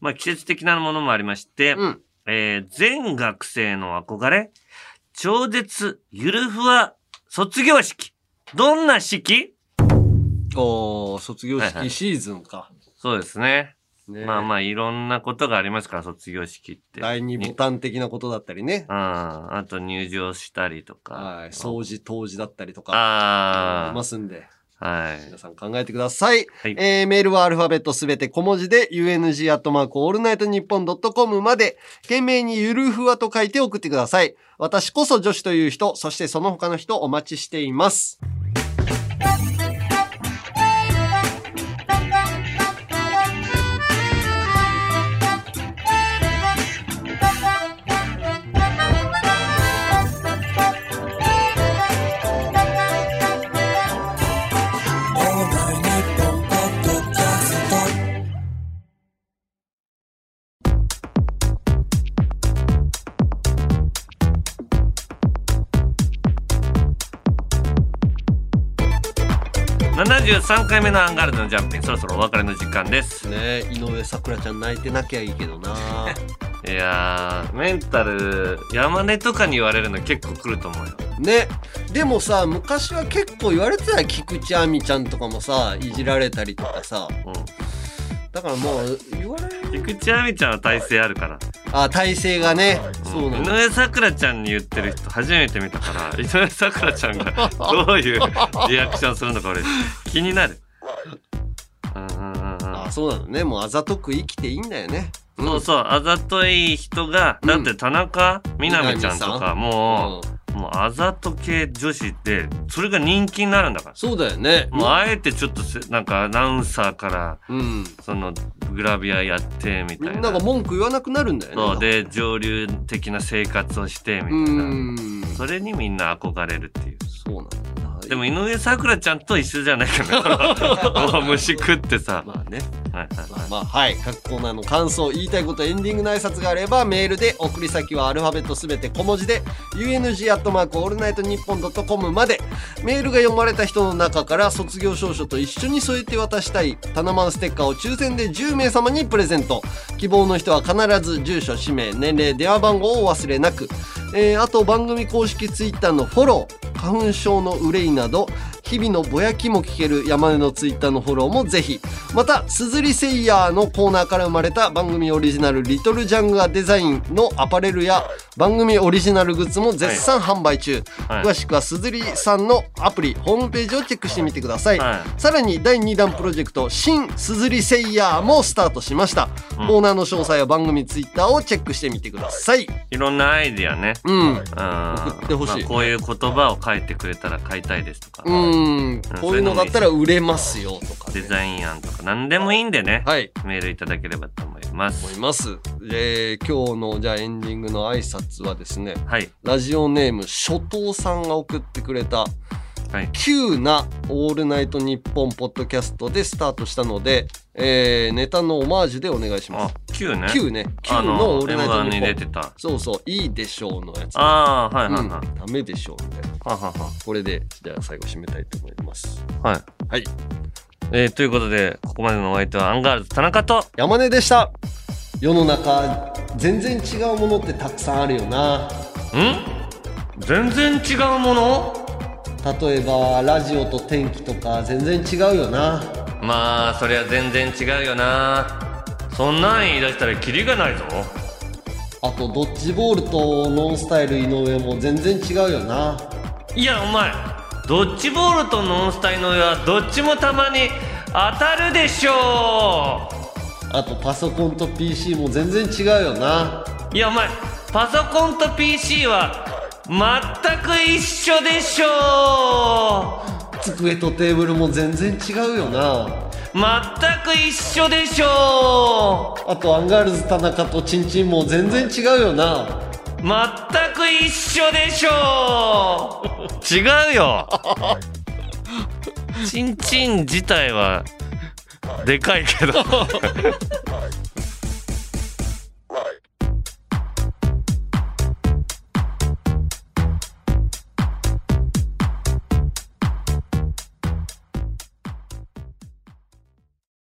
Speaker 1: まあ、季節的なものもありまして、
Speaker 2: うん。
Speaker 1: えー全学生の憧れ、超絶ゆるふわ卒業式。どんな式
Speaker 2: おー、卒業
Speaker 1: はいは
Speaker 2: 式
Speaker 1: い
Speaker 2: シーズンか。
Speaker 1: そうですね。
Speaker 2: ね
Speaker 1: まあまあいろんなことがありますから、卒業式って。
Speaker 2: 第二ボ
Speaker 1: に
Speaker 2: タン的なことだったりね。
Speaker 1: うん。あと入場したりとか。
Speaker 2: はい。掃除、当時だったりとか。あ
Speaker 1: あ
Speaker 2: りますんで。
Speaker 1: あ。はい
Speaker 2: 皆。さん考えてください。
Speaker 1: はい
Speaker 2: えーメールはアルファベットすべて小文字で、UNG アットマークオールナイトニッポンドットコムまで、懸命にゆるふわと書いて送ってください。私こそ女子という人、そしてその他の人お待ちしています。
Speaker 1: 73回目のアンガールズのジャンピン、そろそろお別れの時間です。
Speaker 2: ね井上咲楽ちゃん泣いてなきゃいいけどな
Speaker 1: いやー、メンタル、山根とかに言われるの結構来ると思うよ。
Speaker 2: ね、でもさ、昔は結構言われてたよ菊池亜美ちゃんとかもさ、いじられたりとかさ。
Speaker 1: う
Speaker 2: だからもう、言われ
Speaker 1: ん。菊池亜美ちゃんは体勢あるから。
Speaker 2: あ、体勢がね。そうな
Speaker 1: 井
Speaker 2: んだ。
Speaker 1: 上咲楽ちゃんに言ってる人初めて見たから、 井上咲楽ちゃんが どういうリアクションするのか俺、気になる。うんうんうんうん。
Speaker 2: あ、そうなのね。もうあざとく生きていいんだよね。
Speaker 1: そうそう、あざとい人が、だって田中みな実ちゃんとか、も
Speaker 2: うん
Speaker 1: う、もうあざと系女子って、それが人気になるんだから。
Speaker 2: そうだよね。
Speaker 1: もうあえてちょっとせ、なんかアナウンサーから、
Speaker 2: うん。
Speaker 1: そのグラビアやってみ
Speaker 2: み
Speaker 1: たい
Speaker 2: ん
Speaker 1: な
Speaker 2: なが文句言わなくなるんだよね。
Speaker 1: そうで上流的な生活をしてみ
Speaker 2: う。
Speaker 1: たいなんそれにみんな憧れるっていう
Speaker 2: そうなんだ。
Speaker 1: でも井上咲楽ちゃんと一緒じゃないか なもう虫食ってさ、
Speaker 2: まあね。
Speaker 1: はいはい
Speaker 2: まあはい、各コーナーの感想、言いたいこと、エンディングの挨拶があれば、メールで、送り先はアルファベットすべて小文字で、UNG アットマークオールナイトニッポンドットコムまで、メールが読まれた人の中から、卒業証書と一緒に添えて渡したい、タナマンステッカーを抽選で10名様にプレゼント。希望の人は必ず、住所、氏名、年齢、電話番号をお忘れなく、えーあと番組公式ツイッターのフォロー、花粉症の憂いなど、日々のぼやきも聞ける山根のツイッターのフォローもぜひ。また、すずりセイヤーのコーナーから生まれた番組オリジナルリトルジャンガーデザインのアパレルや番組オリジナルグッズも絶賛販売中。
Speaker 1: はい
Speaker 2: 詳しくはすずりさんのアプリ、ホームページをチェックしてみてください。
Speaker 1: は
Speaker 2: さらに第2弾プロジェクト「新すずりセイヤー」もスタートしました、
Speaker 1: うん
Speaker 2: コーナーの詳細は番組ツイッターをチェックしてみてください
Speaker 1: い、いろんなアイディアね
Speaker 2: うん、
Speaker 1: うん
Speaker 2: 送ってほしい
Speaker 1: まあこういう言葉を書いてくれたら買いたいですとか、
Speaker 2: うん、こういうのだったら売れますよとか、
Speaker 1: デ
Speaker 2: ね、
Speaker 1: ザイン案とか何でもいいんでね、
Speaker 2: はい
Speaker 1: メールいただければと思いま
Speaker 2: 思い
Speaker 1: す
Speaker 2: ますえー、今日のじゃあエンディングの挨拶はですね
Speaker 1: はい
Speaker 2: ラジオネーム初頭さんが送ってくれた
Speaker 1: はい
Speaker 2: 「急なオールナイトニッポン」ポッドキャストでスタートしたので、えーネタのオマージュでお願いしま
Speaker 1: あ
Speaker 2: す
Speaker 1: 9ね
Speaker 2: Q ね Q
Speaker 1: あ
Speaker 2: の
Speaker 1: の
Speaker 2: オールナイト
Speaker 1: M1
Speaker 2: ニ
Speaker 1: に
Speaker 2: ッポ
Speaker 1: 出
Speaker 2: ン
Speaker 1: てた
Speaker 2: そうそう、いいでしょうのやつ。
Speaker 1: ああはいはいはい、
Speaker 2: うん、ダメでしょうみたいな。
Speaker 1: ははは
Speaker 2: これで、じゃあ最後締めたいと思います。
Speaker 1: はい。
Speaker 2: はい。
Speaker 1: えーということで、ここまでのお相手はアンガールズ田中と、
Speaker 2: 山根でした。世の中、全然違うものってたくさんあるよな。
Speaker 1: ん全然違うもの
Speaker 2: 例えば、ラジオと天気とか全然違うよな。
Speaker 1: まあ、そりゃ全然違うよな。そんなん言い出したらキリがないぞ。
Speaker 2: あと、ドッジボールとノンスタイル井上も全然違うよな。
Speaker 1: いや、お前、ドッジボールとノンスタイの上はどっちもたまに当たるでしょ
Speaker 2: あと、パソコンと PC も全然違うよな。
Speaker 1: ういや、お前、パソコンと PC は全く一緒でしょう
Speaker 2: 机とテーブルも全然違うよな。
Speaker 1: 全く一緒でしょう
Speaker 2: あと、アンガールズ田中とチンチンも全然違うよな。
Speaker 1: 全く一緒でしょう違うよチンチン自体はでかいけど